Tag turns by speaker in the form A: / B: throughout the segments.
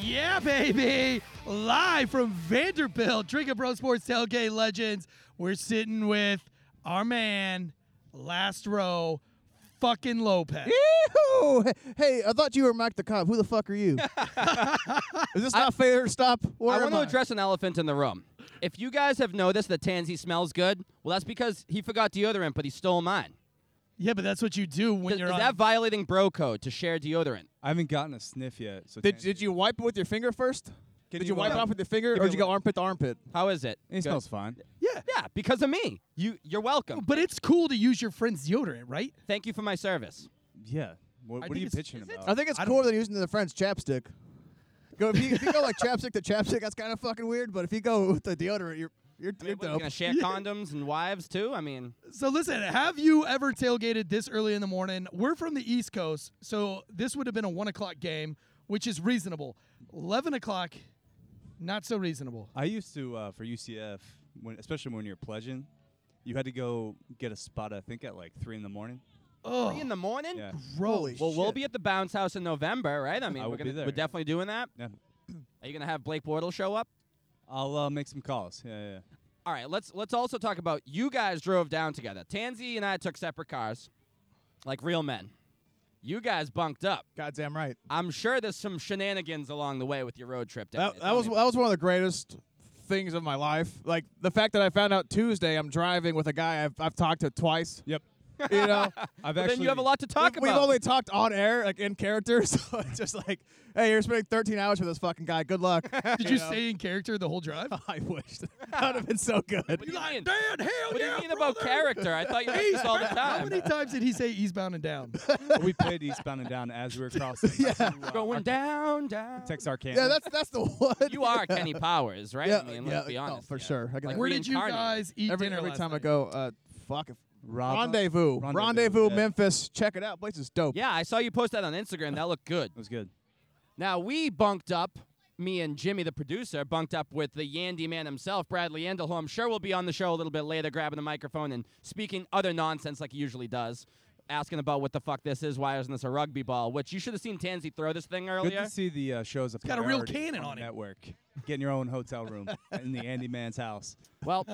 A: Yeah, baby. Live from Vanderbilt, Drinking Bro Sports Tailgate Legends. We're sitting with our man, last row, fucking Lopez.
B: Yeehoo! Hey, I thought you were Mike the cop. Who the fuck are you? Is this not fair? Stop. Where
C: I
B: am
C: want to address an elephant in the room. If you guys have noticed that Tansy smells good, well, that's because he forgot deodorant, but he stole mine.
A: Yeah, but that's what you do when
C: Is,
A: you're
C: is
A: on.
C: that violating bro code to share deodorant?
D: I haven't gotten a sniff yet. So
B: Did, did you wipe it with your finger first? did you,
D: you,
B: wipe
D: uh,
B: it off with your finger,
D: give
B: or
D: me
B: did
D: a
B: you go
D: look?
B: armpit to armpit?
C: How is it?
D: It
C: Good.
D: smells fine.
A: yeah.
C: Yeah, because of me. You, you're welcome.
A: But it's cool to use your friend's deodorant, right?
C: Thank you for my service.
D: Yeah.
A: I
D: What, what are
A: think
D: you
A: it's-
D: pitching
A: is it-
D: about?
B: Uh, I think it's
A: I don't-
B: cooler than using the friend's chapstick. Go if you, if you go like chapstick to chapstick, that's kind of fucking weird. But if you go with the deodorant, you're you're,
C: I
B: you're
C: mean, what, you
B: dope.
C: gonna share condoms and wives too? I mean,
A: So listen, have you ever tailgated this early in the morning? We're from the East Coast, so this would have been a one o'clock game, which is reasonable. Eleven o'clock, not so reasonable.
D: I used to uh, for UCF, when especially when you're pledging, you had to go get a spot. I think at like three in the morning.
C: three
A: Oh,
C: in the morning.
D: Yeah.
B: Holy
C: Well, we'll
B: shit.
C: be at the bounce house in November, right? I mean,
D: I
C: we're,
D: will be
C: gonna,
D: there,
C: we're
D: yeah.
C: definitely doing that.
D: Yeah.
C: Are you gonna have Blake Bortles show up?
D: I'll uh, make some calls. Yeah, yeah. yeah.
C: All right, let's let's also talk about you guys drove down together. Tansy and I took separate cars, like real men. You guys bunked up.
B: Goddamn right.
C: I'm sure there's some shenanigans along the way with your road trip. Down
B: That,
C: there.
B: that
C: Tell
B: was
C: me
B: that
C: about
B: was one of the greatest things of my life. Like the fact that I found out Tuesday I'm driving with a guy I've, I've talked to twice.
D: Yep.
B: You know,
D: I've
C: it. But
D: actually.
C: then you have a lot to talk
B: we've,
C: about.
B: we've only talked on air, like in character. So it's just like, hey, you're spending 13 hours with this fucking guy. Good luck.
A: did you stay in character the whole drive?
B: I wished that would have been so good.
C: What do you mean?
A: Dan, hell
C: What do you
A: yeah,
C: mean about
A: brother."
C: character? I thought you did this all the
A: How
C: time.
A: many times did he say eastbound and down?
D: we played Eastbound and Down as we were crossing. to, uh,
C: Going down, down.
D: Ar- Texarkana.
B: Yeah, that's that's the one.
C: You are Kenny Powers, right?
B: Uh, Yeah,
C: I mean,
B: yeah,
C: let's be
B: no,
C: honest.
B: for
C: here.
B: sure. I can-
C: Like,
A: Where did you
C: reincarnated.
A: guys eat
B: every
A: dinner
B: every
A: last
B: time I
A: night?
B: go, uh, fuck, if,
D: Rava?
B: rendezvous, rendezvous,
D: Rendezvous, yeah.
B: Memphis. Check it out, place is dope.
C: Yeah, I saw you post that on Instagram. That looked good.
D: It was good.
C: Now we bunked up. Me and Jimmy, the producer, bunked up with the Yandy man himself, Brad Leandel, who I'm sure will be on the show a little bit later, grabbing the microphone and speaking other nonsense like he usually does, asking about what the fuck this is, why isn't this a rugby ball? Which you should have seen Tansy throw this thing
D: Good
C: earlier.
D: to see the uh, shows. It's
A: got a real cannon on it.
D: Network. Getting your own hotel room in the Andy Man's house.
C: Well,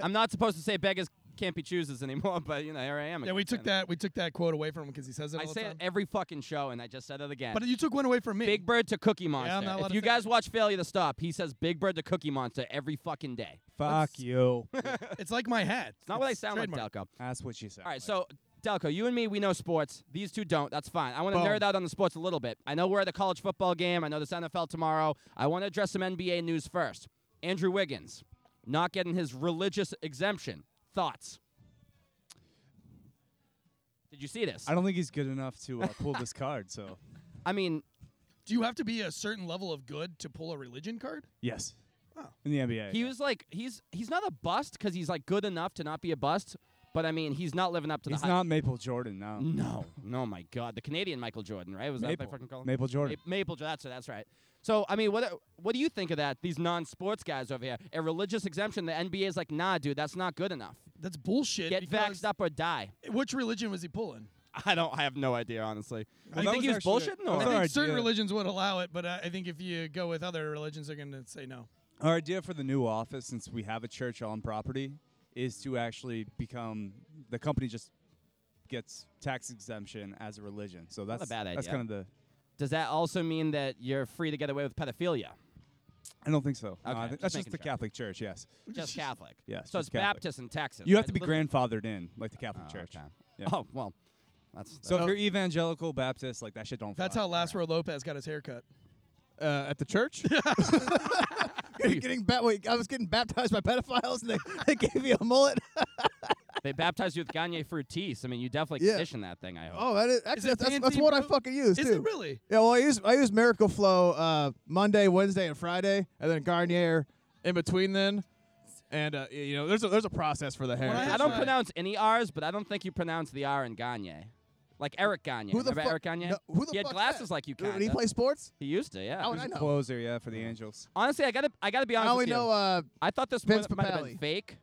C: I'm not supposed to say beggars can't be choosers anymore, but you know here I am.
A: Yeah, we took
C: again.
A: that we took that quote away from him because he says it
C: I
A: all the
C: say it
A: time.
C: every fucking show, and I just said it again.
A: But you took one away from me.
C: Big Bird to Cookie Monster.
A: not allowed
C: if
A: to
C: you
A: say
C: guys
A: that.
C: watch Failure to Stop, he says Big Bird to Cookie Monster every fucking day.
D: Fuck you.
A: It's like my hat.
C: It's not what I sound like, Delco.
D: That's what she said.
C: All right, so Delco, you and me, we know sports. These two don't. That's fine. I want to
B: Boom.
C: nerd out on the sports a little bit. I know we're at a college football game. I know there's NFL tomorrow. I want to address some NBA news first. Andrew Wiggins not getting his religious exemption. Thoughts? Did you see this?
D: I don't think he's good enough to uh, pull this card. So
C: I mean,
A: Do you have to be a certain level of good to pull a religion card?
D: yes, in the NBA,
C: He was like he's he's not a bust because he's like good enough to not be a bust, but I mean he's not living up to
D: he's
C: the
D: not Maple Jordan now.
C: hype. No, no, my God, the Canadian Michael Jordan, right? Was that what they
D: Maple,
C: fucking call him?
D: Maple Jordan.
C: Ma- Maple Jordan. That's that's right. So I mean, what what do you think of that? These non-sports guys over here, a religious exemption. The NBA is like, nah, dude, that's not good enough.
A: That's bullshit.
C: Get
A: because-
C: vaxxed up or die.
A: Which religion was he pulling?
C: I don't. I have no idea, honestly.
D: Well,
C: do you
D: that
C: think he was
D: was actually-
C: bullshitting?
D: that
C: Or?
D: was
A: I
D: our
A: think certain
D: idea.
A: religions would allow it, but I I think if you go with other religions, they're going to say no.
D: Our idea for the new office, since we have a church on property, is to actually become the company just gets tax exemption as a religion. So that's
C: a bad
D: That's
C: idea.
D: kind of the.
C: Does that also mean that you're free to get away with pedophilia?
D: I don't think so. No, I
C: Okay,
D: think
C: just
D: that's
C: making
D: just the
C: sure.
D: Catholic Church. Yes,
C: Just Catholic.
D: Yes,
C: So
D: just
C: it's
D: Catholic.
C: Baptist in Texas.
D: you have
C: right?
D: to be
C: Look-
D: grandfathered in, like the Catholic
C: Oh,
D: Church.
C: okay.
D: Yeah.
C: Oh well, that's
D: So if you're evangelical Baptist, like that shit don't.
A: That's
D: fly.
A: how Lázaro Lopez got his Oh, haircut.
B: Uh, at the church. getting, getting ba- wait, I was getting baptized by pedophiles, and they, they gave me a mullet.
C: they baptized you with Gagne Frutis. I mean, you definitely
B: Yeah.
C: condition that thing. I hope.
B: Oh, that is, actually,
A: Is it
B: that's, that's, that's
A: fancy,
B: what I
A: bro?
B: fucking use
A: Is
B: too.
A: it really?
B: Yeah, well, I use I use Miracle Flow uh, Monday, Wednesday, and Friday, and then Garnier in between then. And uh, y- you know, there's a there's a process for the hair.
A: When
C: I
A: had
C: don't
A: my-
C: pronounce any R's, but I don't think you pronounce the R in Gagne. Like Eric Gagne.
B: Who the
C: Remember
B: fuck-
C: Eric Gagne?
B: no, who the
C: he had
B: fuck's
C: glasses
B: that?
C: like you
B: Dude,
C: kind
B: When he plays sports,
C: He used to, yeah.
B: how would
D: He's
B: I
D: a
B: know?
D: Closer, yeah, for the Angels.
C: Honestly, I gotta I gotta be
B: I
C: honest
B: only
C: with you.
B: know. Uh,
C: I thought this
B: Vince
C: might have been
B: Papale.
C: fake,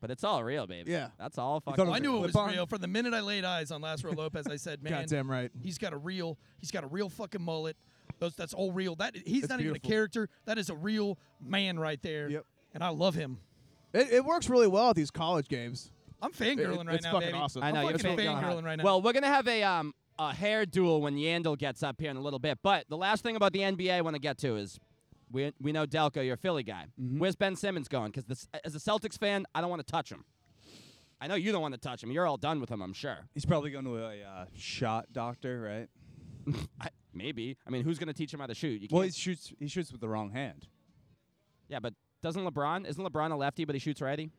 C: but it's all real, baby.
B: Yeah.
C: That's all
D: thought
C: fucking
D: it
A: I
D: was
A: knew it was
D: Clip-on?
A: real from the minute I laid eyes on Lázaro Lopez. I said, "Man,
B: goddamn right.
A: he's got a real, he's got a real fucking mullet. Those that's all real. That he's
B: It's
A: not even
B: beautiful.
A: a character. That is a real man right there.
B: Yep.
A: And I love him.
B: It, it works really well at these college games.
A: I'm fangirling
B: It-
A: right
B: it's
A: now,
B: fucking
A: baby.
B: awesome.
C: I
A: I'm
C: know you're
A: fucking
C: fangirling.
A: fangirling right now.
C: Well, we're gonna have a um a hair duel when Yandel gets up here in a little bit. But the last thing about the NBA I want to get to is we we know Delco, you're a Philly guy.
A: Mm-hmm.
C: Where's Ben Simmons going? Because as a Celtics fan, I don't want to touch him. I know you don't want to touch him. You're all done with him, I'm sure.
D: He's probably going to a uh, shot doctor, right?
C: I, maybe. I mean, who's gonna teach him how to shoot? You
D: Well, he
C: can't-
D: shoots. He shoots with the wrong hand.
C: yeah, but doesn't LeBron? Isn't LeBron a lefty, but he shoots righty?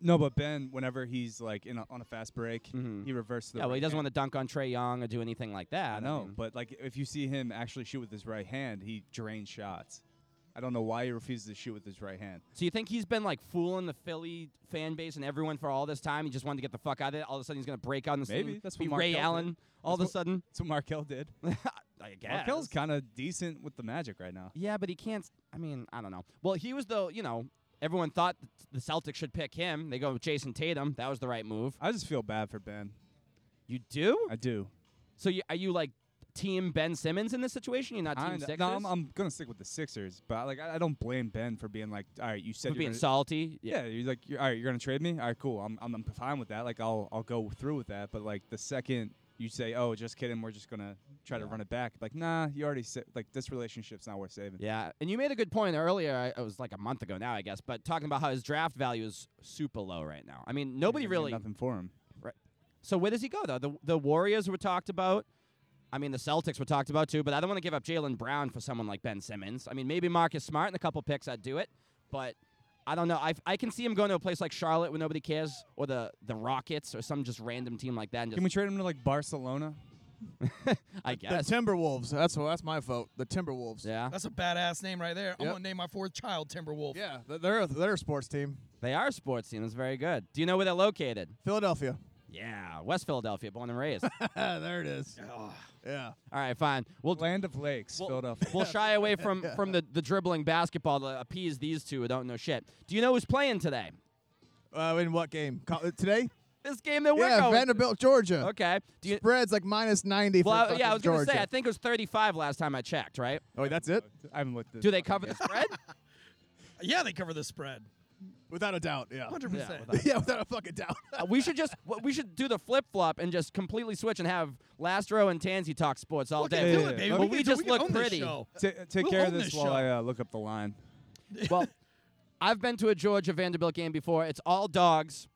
D: No, but Ben, whenever he's like in a, on a fast break,
C: Mhm.
D: he reverses the.
C: Yeah, well, he
D: right
C: doesn't
D: hand.
C: want to dunk on Trey Young or do anything like that.
D: I know,
C: mean-
D: but like if you see him actually shoot with his right hand, he drains shots. I don't know why he refuses to shoot with his right hand.
C: So you think he's been like fooling the Philly fan base and everyone for all this time? He just wanted to get the fuck out of it. All of a sudden, he's gonna break out in the
D: Maybe.
C: scene,
D: That's
C: be
D: what Mark
C: Ray
D: Kelly-
C: Allen. All
D: that's
C: of a sudden,
D: That's what Markel did.
C: I guess.
D: Markel's kind of decent with the magic right now.
C: yeah, but he can't. I mean, I don't know. Well, he was the you know everyone thought th- the Celtics should pick him. They go with Jason Tatum. That was the right move.
D: I just feel bad for Ben.
C: You do?
D: I do.
C: So you, are you like team Ben Simmons in this situation? You're not team
D: I,
C: Sixers.
D: no, I'm, I'm gonna stick with the Sixers, but like I, I don't blame Ben for being like, all right, you said
C: for
D: you're
C: being
D: gonna-
C: salty.
D: Yeah, you're like, you're, all right, you're gonna trade me. All right, cool. I'm, I'm I'm fine with that. Like, I'll I'll go through with that. But like the second you say, oh, just kidding, we're just gonna try to run it back. Like, nah, you already said like this relationship's not worth saving.
C: Yeah, and you made a good point earlier. I- It was like a month ago now, I guess, but talking about how his draft value is super low right now. I mean, nobody
D: Doesn't mean
C: really.
D: nothing for him.
C: So where does he go though? The the Warriors were talked about. I mean, the Celtics were talked about too. But I don't want to give up Jalen Brown for someone like Ben Simmons. I mean, maybe Marcus Smart and a couple picks, I'd do it. But I don't know. I I can see him going to a place like Charlotte where nobody cares, or the the Rockets, or some just random team like that. And just,
D: Can we trade him to like Barcelona?
C: I guess.
B: The Timberwolves. That's that's my vote. The Timberwolves.
C: Yeah,
A: That's a badass name right there. I'm
B: Yep.
A: gonna name my fourth child Timberwolf.
B: Yeah, th- they're a, they're a sports team.
C: they are a sports team. That's very good. Do you know where they're located?
B: Philadelphia.
C: Yeah, West Philadelphia, born and raised.
B: there it is. Yeah.
C: All right, fine. We'll
D: Land of Lakes,
C: Well-
D: Philadelphia.
C: we'll shy away from from the, the dribbling basketball to appease these two who don't know shit. Do you know who's playing today?
B: Uh, in what game? Co- uh, today?
C: This game that we're
B: yeah,
C: going.
B: Vanderbilt, Georgia.
C: Okay. Do you?
B: Spreads like minus ninety for
C: Well, I-
B: fucking
C: yeah, I was gonna
B: Georgia.
C: say I think it was 35 last time I checked, right?
B: oh, wait, that's it.
D: I haven't looked. This
C: Do they
D: fucking
C: cover the
D: game.
C: spread?
A: Yeah, they cover the spread.
B: Without a doubt. Yeah.
A: 100. percent
B: yeah, without a fucking doubt.
C: Uh, we should just w- we should do the flip flop and just completely switch and have Last Row and Tansy talk sports all
A: Okay,
C: day.
A: do
D: yeah,
A: it, baby.
C: But
A: we,
C: we
A: can-
C: just
A: can
C: look
A: own this
C: pretty.
A: show.
D: Ta- take
A: We'll
D: care of
A: own
D: this,
A: this
D: while I
A: show.
D: uh, look up the line.
C: Well, I've been to a Georgia Vanderbilt game before. It's all dogs.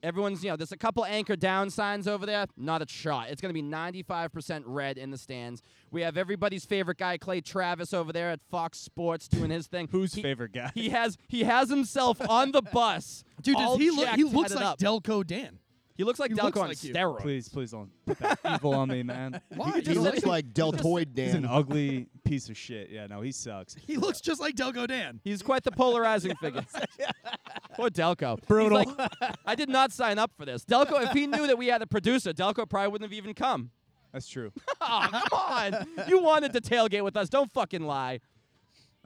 C: Everyone's, you know, there's a couple anchor down signs over there. Not a shot. It's going to be 95% red in the stands. We have everybody's favorite guy, Clay Travis, over there at Fox Sports doing his thing.
D: Who's
C: He-
D: favorite guy?
C: He has he has himself on the bus.
A: Dude, does
C: all
A: he look?
C: jacked,
A: He looks
C: headed
A: like
C: up.
A: Delco Dan.
C: he looks like
A: he
C: Delco
A: looks
C: on
A: like you.
C: steroids.
D: Please, please don't put that evil on me, man.
A: Why?
E: He
A: Just
E: looks like Deltoid
D: He's an
E: Dan.
D: ugly piece of shit. Yeah, no, he sucks.
A: He looks just like Delco Dan.
C: He's quite the polarizing figure. Poor Delco. He's
B: Brutal.
C: like, I did not sign up for this. Delco, if he knew that we had a producer, Delco probably wouldn't have even come.
D: That's true.
C: Aw, come on. You wanted to tailgate with us. Don't fucking lie.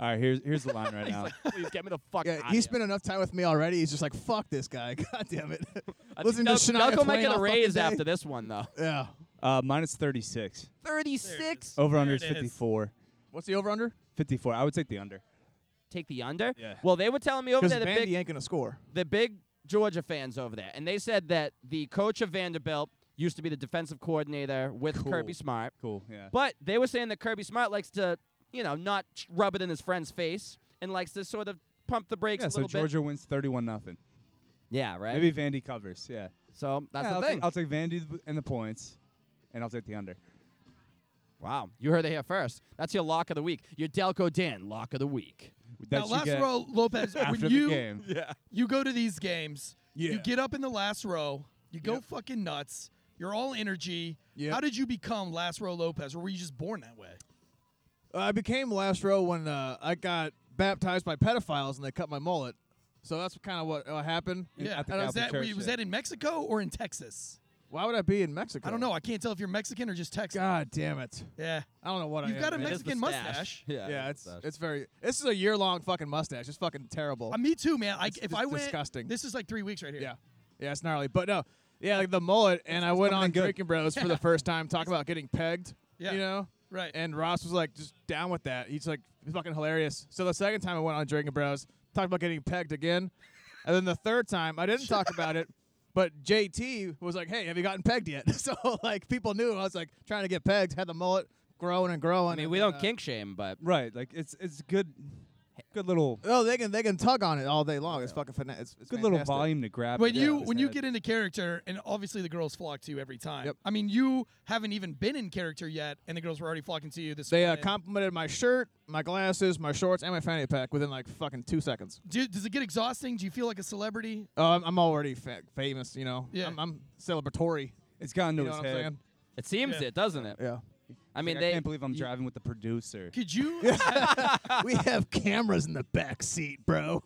D: All right, here's here's the line right
C: He's
D: now.
C: like, please get me the fuck
B: Yeah,
C: out
B: he spent enough time with me already. He's just like, fuck this guy. God damn it. Listen to
C: Del-
B: Shania
C: Delco might
B: Twain
C: get a
B: all
C: raise
B: fucking day.
C: after this one, though.
B: Yeah.
D: Uh, minus 36.
C: 36?
D: Over under
A: There
D: is
A: it is.
D: 54.
B: What's the over under?
D: 54. I would take the under.
C: Take the under?
D: Yeah.
C: Well, they were telling me over
B: Because
C: there the
B: Vandy
C: big,
B: ain't gonna score.
C: the big Georgia fans over there, and they said that the coach of Vanderbilt used to be the defensive coordinator with Kirby Smart.
D: Cool. Yeah.
C: But they were saying that Kirby Smart likes to, you know, not ch- rub it in his friend's face and likes to sort of pump the brakes
D: yeah.
C: a
D: So
C: little
D: Georgia wins 31 nothing.
C: bit. Yeah, right.
D: Maybe Vandy covers. Yeah.
C: So that's
D: Yeah,
C: the
D: I'll,
C: thing.
D: Take, I'll take Vandy th- and the points, and I'll take the under.
C: Wow, you heard it here first. That's your lock of the week. Your Delco Dan lock of the week.
D: That
A: now,
D: you
A: last
D: get
A: row, Lopez.
D: after
A: when
D: the
A: you
D: game.
A: you go to these games, you
B: Yeah.
A: get up in the last row, you go fucking nuts. You're all energy.
B: Yep.
A: How did you become Last Row Lopez, or were you just born that way?
B: Uh, I became last row when uh, I got baptized by pedophiles and they cut my mullet. So that's kind of what uh, happened.
A: Yeah.
D: at the
A: And
D: Catholic
A: was that
D: Church,
A: was
D: yeah.
A: that in Mexico or in Texas?
B: Why would I be in Mexico?
A: I don't know. I can't tell if you're Mexican or just Texan.
B: God damn it!
A: Yeah.
B: I don't know what I
A: You've
B: am.
A: got a
B: man.
C: It is the
A: Mexican
C: stash.
A: mustache.
C: Yeah,
B: yeah,
C: it is
B: it's
C: the stash.
B: it's very. This is a year long fucking mustache. It's fucking terrible.
A: Uh, me too, man. I, if
B: just
A: I went,
B: disgusting.
A: This is like three weeks right here.
B: yeah, yeah, it's gnarly. But no, yeah, like the mullet, and I went
D: coming
B: on
D: in good.
B: Drinking Bros for the first time, talking about getting pegged.
A: Yeah.
B: You know,
A: Right.
B: And Ross was like just down with that. He's like it's fucking hilarious. So the second time I went on Drinking Bros, talked about getting pegged again, and then the third time I didn't talk about it. But JT was like, "Hey, have you gotten pegged yet?" so like people knew I was like trying to get pegged. Had the mullet growing and growing.
C: I mean,
B: and
C: we
B: then,
C: don't
B: uh,
C: kink shame, but
D: Right. Like it's it's good, good little
B: Oh, they can they can tug on it all day long. It's fucking fina- it's, it's
D: good little
B: fantastic.
D: volume to grab.
A: when
D: Yeah,
A: you
D: is
A: when you
D: that-
A: get into character, and obviously the girls flock to you every time.
B: Yep.
A: I mean, you haven't even been in character yet, and the girls were already flocking to you this
B: They uh,
A: morning.
B: complimented my shirt, my glasses, my shorts, and my fanny pack within like fucking two seconds.
A: Do, does it get exhausting? Do you feel like a celebrity?
B: Oh, I'm, I'm already fa- famous, you know.
A: Yeah.
B: I'm, I'm celebratory.
D: it's gotten to
B: You know
D: his
B: what I'm
D: head.
B: saying?
C: it seems
A: Yeah.
C: it, doesn't it?
B: Yeah.
C: I mean,
D: Like,
C: they
D: I can't believe I'm
C: you-
D: driving with the producer.
A: Could you?
B: we have cameras in the back seat, bro.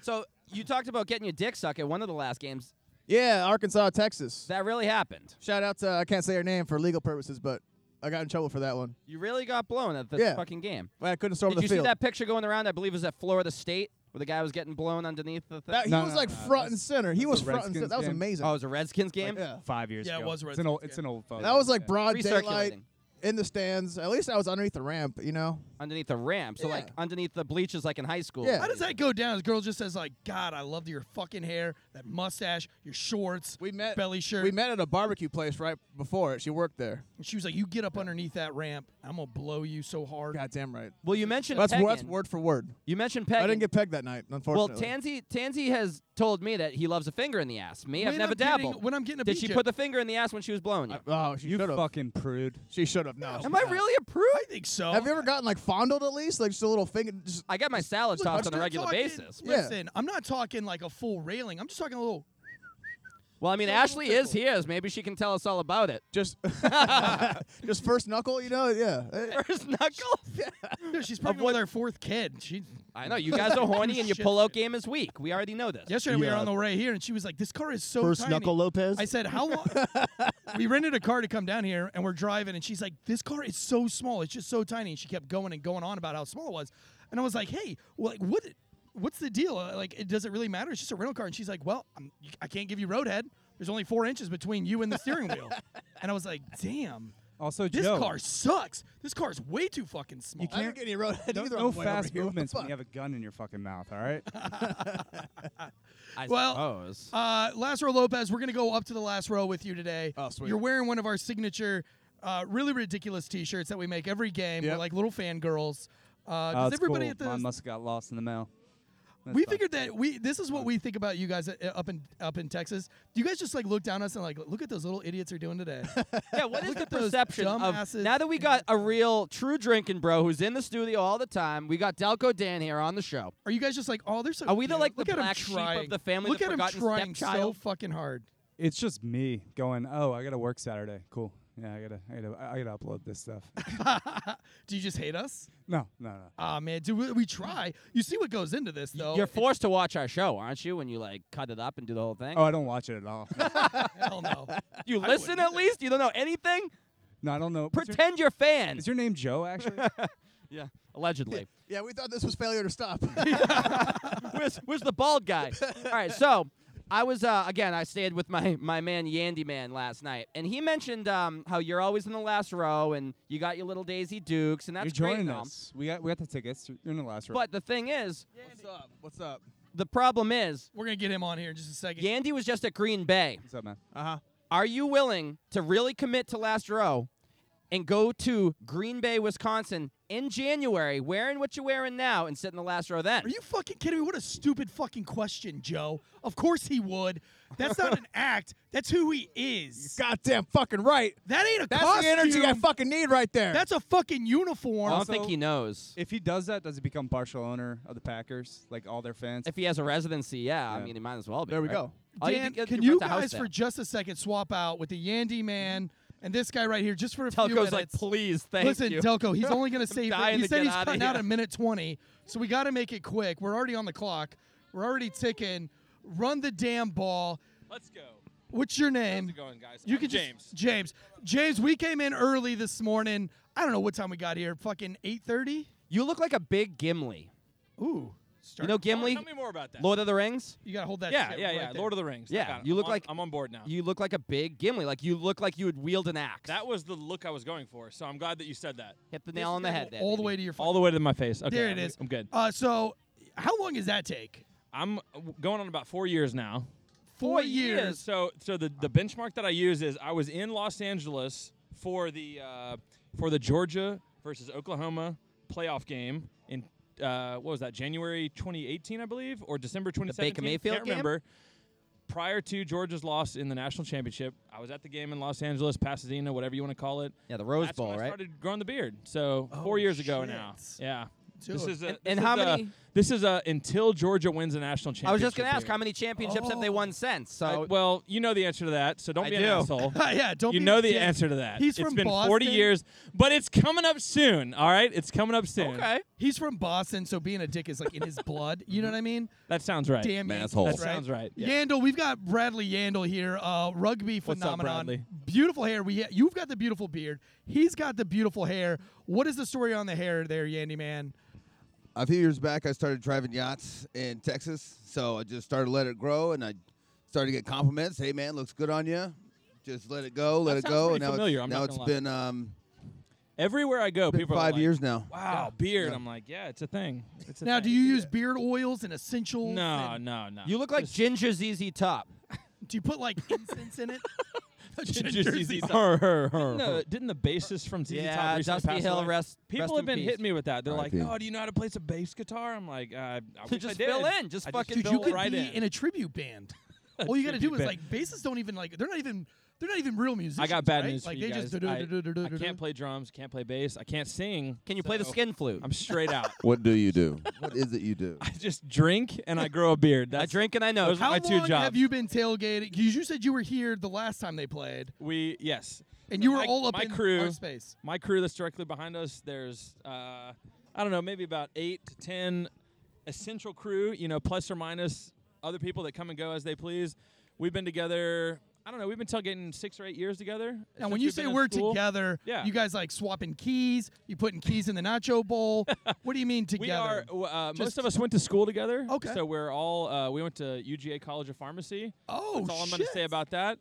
C: So you talked about getting your dick sucked at one of the last games.
B: yeah, Arkansas, Texas.
C: That really happened.
B: Shout out to I can't say her name for legal purposes, but I got in trouble for that one.
C: You really got blown at this
B: Yeah.
C: fucking game.
B: I couldn't storm
C: Did
B: the
C: you
B: field.
C: see that picture going around? I believe it was at Florida State where the guy was getting blown underneath the thing.
B: That- he
D: No,
B: was
D: no,
B: like
D: no,
B: front and center. He was
D: a
B: front and center.
D: Redskins
B: That was
D: game.
B: amazing.
C: oh, it was a Redskins game.
B: yeah.
D: Five years
A: Yeah, it
D: ago.
A: was
D: It's an
A: Redskins,
D: old.
A: yeah.
D: It's an old photo.
B: That was like
D: yeah.
B: broad daylight
C: Recirculating.
B: in the stands. At least I was underneath the ramp, you know.
C: underneath the ramp. So
B: Yeah.
C: like underneath the bleachers, like in high school.
B: Yeah.
A: How does that go down? The girl just says like, "God, I loved your fucking hair, that mustache, your shorts,
B: We met
A: belly shirt."
B: We met at a barbecue place right before it. She worked there.
A: And she was like, "You get up underneath that ramp, I'm gonna blow you so hard."
B: Goddamn right.
C: Well, you mentioned
B: That's,
C: pegging.
B: that's word for word.
C: You mentioned pegging.
B: I didn't get pegged that night,
C: well,
B: unfortunately.
C: Tansy Tansy has told me that he loves a finger in the ass. Me, I've
A: When
C: never
A: I'm getting-
C: dabbled.
A: when I'm getting a
C: Did she
A: BJ.
C: put the finger in the ass when she was blowing you?
B: Oh, she
D: You
B: should have.
D: fucking prude.
B: She should have. No.
C: Am I really a prude?
A: Oh, I think so.
B: Have you ever gotten like fondled at least, like just a little finger? Just,
C: I get my salad
A: Look,
C: tossed
A: I'm
C: on a
A: not
C: regular
A: talking-
C: basis.
B: Yeah.
A: Listen, I'm not talking like a full railing. I'm just talking a little.
C: Well, I mean,
A: It's a little
C: Ashley is
A: tickle.
C: here. so Maybe she can tell us all about it.
B: just, just first knuckle, you know? Yeah. Eh,
C: First knuckle.
A: Dude, she's probably with our fourth kid. She
C: I know you guys are horny, and your
A: Shit.
C: pull-out game is weak. We already know this.
A: yesterday we were
E: Yeah.
A: on the way here, and she was like, "This car is so
E: First
A: tiny."
E: knuckle Lopez.
A: I said, "How long?" we rented a car to come down here, and we're driving, and she's like, "This car is so small. It's just so tiny." And she kept going and going on about how small it was, and I was like, "Hey, well, like, what? What's the deal? Uh, Like, it does it really matter? It's just a rental car." And she's like, "Well, I'm, I can't give you roadhead. There's only four inches between you and the steering wheel." and I was like, "Damn."
D: Also,
A: This
D: Joe,
A: car sucks. This car is way too fucking small.
B: I didn't get any road head
D: No,
B: either.
D: no
B: on the way over
D: fast
B: here. What the
D: movements when you
B: fuck?
D: have a gun in your fucking mouth. All right.
C: I
A: Well,
C: suppose.
A: Uh, Lazaro Lopez, we're going to go up to the last row with you today.
B: Oh, sweet.
A: You're wearing one of our signature, uh, really ridiculous t shirts that we make every game. We're
B: Yep.
A: like little fangirls.
D: Oh,
A: Uh, does
D: it's
A: everybody
D: cool.
A: at the.
D: Mine must have got lost in the mail. That's
A: we
D: fine.
A: figured that we this is what we think about you guys uh, up in up in Texas. Do you guys just like look down on us and like look at those little idiots are doing today?
C: yeah. What is
A: look
C: the
A: at those
C: perception
A: dumb
C: of
A: asses
C: now that we
A: in-
C: got a real true drinking bro who's in the studio all the time? We got Delco Dan here on the show.
A: are you guys just like oh they're so
C: Are we the,
A: cute.
C: like, the
A: look at 'em
C: black sheep of
A: trying.
C: the family,
A: Look
C: the
A: at 'em
C: forgotten
A: trying
C: stepchild?
A: so fucking hard.
D: It's just me going. Oh, I gotta work Saturday. Cool. Yeah, I gotta, I gotta, I gotta upload this stuff.
A: Do you just hate us?
D: no, no, no.
A: Ah man, dude, we, we try. You see what goes into this though.
C: You're
A: It's-
C: forced to watch our show, aren't you? When you like cut it up and do the whole thing.
D: Oh, I don't watch it at all.
A: hell no.
C: you
A: I
C: listen
A: wouldn't
C: at
A: either.
C: least. You don't know anything.
D: no, I don't know. What's your-
C: Pretend you're fans.
D: Is your name Joe? Actually,
C: yeah, allegedly.
B: Yeah, we thought this was failure to stop.
C: where's, where's the bald guy? All right, so I was uh, again. I stayed with my my man Yandy Man last night, and he mentioned um, how you're always in the last row, and you got your little Daisy Dukes, and that's
D: you're joining
C: great. and all.
D: us. We got, we got the tickets. You're in the last row.
C: But the thing is,
B: What's up? What's up?
C: the problem is,
A: We're gonna get him on here in just a second.
C: Yandy was just at Green Bay.
D: what's up, man?
B: Uh
A: Uh-huh.
B: huh.
C: Are you willing to really commit to last row and go to Green Bay, Wisconsin in January, wearing what you're wearing now, and sit in the last row then?
A: Are you fucking kidding me? What a stupid fucking question, Joe. Of course he would. That's not an act. That's who he is.
B: Goddamn fucking right.
A: That ain't a
B: That's
A: costume.
B: the energy I fucking need right there.
A: That's a fucking uniform.
C: I don't
D: Also-
C: think he knows.
D: If he does that, does he become partial owner of the Packers? Like all their fans?
C: If he has a residency, yeah, I
D: Yeah.
C: mean, he might as well be.
B: there we
C: right?
B: go.
C: All you
A: Dan,
C: do- you
A: can
C: rent
A: you
C: the house
A: guys
C: there.
A: for just a second swap out with the Yandy man and this guy right here just for a few
C: Telco's
A: minutes?
C: like, please, thank
A: Listen,
C: you.
A: Delco, he's only going
C: I'm
A: to save.
C: dying
A: He
C: to
A: said
C: get
A: he's
C: outta
A: cutting out
C: here.
A: a minute twenty, so we got to make it quick. We're already on the clock. We're already ticking. Run the damn ball.
F: Let's go.
A: What's your name?
F: How's it going, guys?
A: You
F: I'm
A: could just-
F: James.
A: James. James, we came in early this morning. I don't know what time we got here. Fucking eight thirty.
C: you look like a big Gimli.
A: Ooh. start.
C: know Gimli?
E: Tell me more about that.
C: Lord of the Rings.
A: you gotta hold that.
E: yeah,
A: shit
E: yeah,
A: right
E: yeah.
A: there.
E: Lord of the Rings. I
C: Yeah,
E: got it.
C: you
E: I'm
C: look
E: on-
C: like-
E: I'm on board now.
C: You look like a big Gimli. Like you look like you would wield an axe.
E: that was the look I was going for, so I'm glad that you said that.
C: hit the nail on the
A: Gotta
C: head.
A: go
C: There,
A: all the
C: baby.
A: way to your.
E: All the way to my face. Okay,
A: There it
E: I'm,
A: is.
E: I'm good.
A: Uh, so, how long does that take?
E: I'm uh, w- going on about four years now.
A: Four years.
E: So, so the, the benchmark that I use is I was in Los Angeles for the uh, for the Georgia versus Oklahoma playoff game in uh, what was that January 2018, I believe, or December 2017.
C: Mayfield
E: Can't
C: game?
E: remember. Prior to Georgia's loss in the national championship, I was at the game in Los Angeles, Pasadena, whatever you want to call it.
C: Yeah, the Rose
E: That's
C: Bowl,
E: when I
C: right?
E: started growing the beard. So four
A: Oh,
E: years ago
A: shit.
E: now. Yeah. This
A: Dude.
E: is a,
C: And-
E: this
C: and
E: is
C: how
E: a-
C: many-
E: This is a until Georgia wins a national championship.
C: I was just gonna ask
E: year.
C: how many championships have they
A: Oh.
C: won since? So
E: I- well, you know the answer to that, so don't
C: I
E: be an
C: do.
E: asshole.
A: yeah, don't.
E: you
A: be
E: know
A: a
E: the
A: dick.
E: answer to that.
A: He's
E: It's
A: from
E: been 40
A: Boston.
E: years, but it's coming up soon, all right? It's coming up soon.
C: okay.
A: He's from Boston, so being a dick is like in his blood. You know what I mean?
E: That sounds right.
A: Damn
F: Man,
A: Yankees,
F: asshole.
A: right?
E: That sounds right, yeah.
A: Yandel, we've got Bradley Yandel here, uh, rugby
E: What's up,
A: phenomenon.
E: Bradley?
A: beautiful hair. We ha- you've got the beautiful beard. He's got the beautiful hair. What is the story on the hair there, Yandy man?
F: A few years back, I started driving yachts in Texas, so I just started to let it grow, and I started to get compliments. Hey, man, looks good on you. Just let it go, let
E: That
F: it
E: sounds
F: go.
E: pretty
F: and now
E: familiar,
F: it's,
E: I'm
F: now
E: not
F: it's
E: gonna lie.
F: been um,
E: Everywhere I go,
F: been
E: people are
F: five
E: like,
F: years now.
E: Wow, beard.
F: Yeah.
E: I'm like, yeah, it's a thing. It's a
A: Now,
E: thing.
A: do you use beard oils and essentials?
E: No,
A: and-
E: no, no.
C: You look like
E: Just
C: Ginger ZZ Top.
A: Do you put like incense in it?
E: Ginger ZZ Top.
B: Her, her, her.
E: Didn't the, didn't the bassist from ZZ
C: Yeah,
E: Top recently
C: Dusty
E: pass
C: Hill,
E: away?
C: rest-
E: People
C: rest
E: have
C: in
E: been
C: peace.
E: hitting me with that. They're like,
F: R.I.P.
E: "Oh, do you know how to play some bass guitar?" I'm like, uh, "I, I wish I
C: just
E: did."
C: fill in, just
E: I
C: fucking
A: Dude,
E: fill
A: you could
E: right
A: be
E: in.
A: in a tribute band. All you got to do is
E: tribute
A: like bassists don't even like they're not even they're not even real musicians.
E: I got bad
A: right?
E: news
A: like,
E: for you
A: they
E: guys.
A: Just
E: I, I can't play drums, can't play bass, I can't sing.
C: Can you play the
E: so
C: skin flute?
E: I'm straight out.
F: What do you do? what is it you do?
E: I just drink and I grow a beard.
C: I
E: That's,
C: drink and I know.
E: those are
A: How
E: my
A: long
E: two jobs.
A: have you been tailgating? 'Cause you said you were here the last time they played,
E: We yes.
A: and
E: So
A: you were
E: my-
A: all up
E: my
A: in
E: crew.
A: our space.
E: My crew that's directly behind us. There's uh, I don't know, maybe about eight to ten essential crew. You know, plus or minus other people that come and go as they please. We've been together. I don't know. We've been tailgating six or eight years together.
A: Now,
E: since
A: when you
E: we've been
A: say
E: in
A: we're
E: school.
A: together,
E: Yeah.
A: you guys like swapping keys. You putting keys in the nacho bowl. what do you mean
E: we
A: together?
E: are. Uh, most
A: Just-
E: of us went to school together.
A: Okay.
E: So we're all. Uh, we went to UGA College of Pharmacy.
A: oh,
E: That's all I'm
A: shit.
E: going to say about that.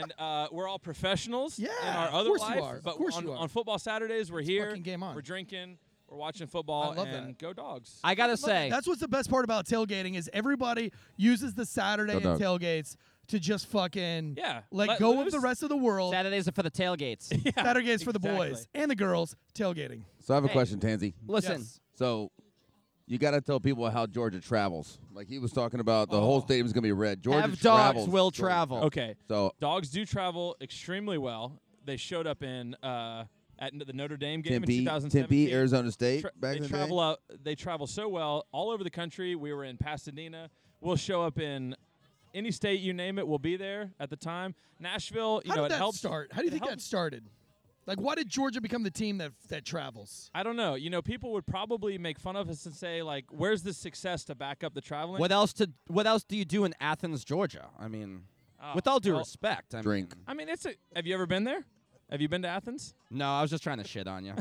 E: and uh, we're all professionals in
A: Yeah,
E: our
A: of
E: other
A: course you
E: life.
A: are. Of
E: But
A: course
E: on,
A: you are.
E: on football Saturdays, we're here.
A: fucking game on.
E: We're drinking. We're watching football.
A: I love
E: and
A: that.
E: go dogs.
C: I gotta
A: Love it.
C: say,
A: That's what's the best part about tailgating is everybody uses the Saturday
F: Go
A: and tailgates to just fucking
E: Yeah.
A: let,
E: Let
A: go
E: loose.
A: of the rest of the world.
C: Saturdays are for the tailgates.
A: Saturdays for the
E: exactly.
A: boys and the girls tailgating.
F: So I have a
C: Hey.
F: question, Tansy.
C: Listen,
A: Yes.
F: So you got to tell people how Georgia travels. Like he was talking about, the whole stadium's gonna be red. Georgia
C: have dogs
F: travels.
C: will
F: Georgia-
C: travel.
E: Oh. okay.
F: So
E: Dogs do travel extremely well. They showed up in uh, at n- the Notre Dame game in
F: Tempe,
E: 2017.
F: Tempe, Arizona State.
E: Tra-
F: back in
E: they
F: the
E: travel
F: day.
E: out. They travel so well all over the country. We were in Pasadena. We'll show up in any state you name it. We'll be there at the time. Nashville. You
A: How
E: know
A: did
E: it
A: that
E: helps.
A: start? How do you
E: it
A: think that
E: helps.
A: started? Like, why did Georgia become the team that that travels?
E: I don't know. You know, people would probably make fun of us and say, like, where's the success to back up the traveling?
C: What else to What else do you do in Athens, Georgia? I mean,
E: Oh,
C: with all due
E: well,
C: respect, I
F: Drink.
C: mean-
E: I mean, it's a. Have you ever been there? Have you been to Athens?
C: no, I was just trying to shit on you.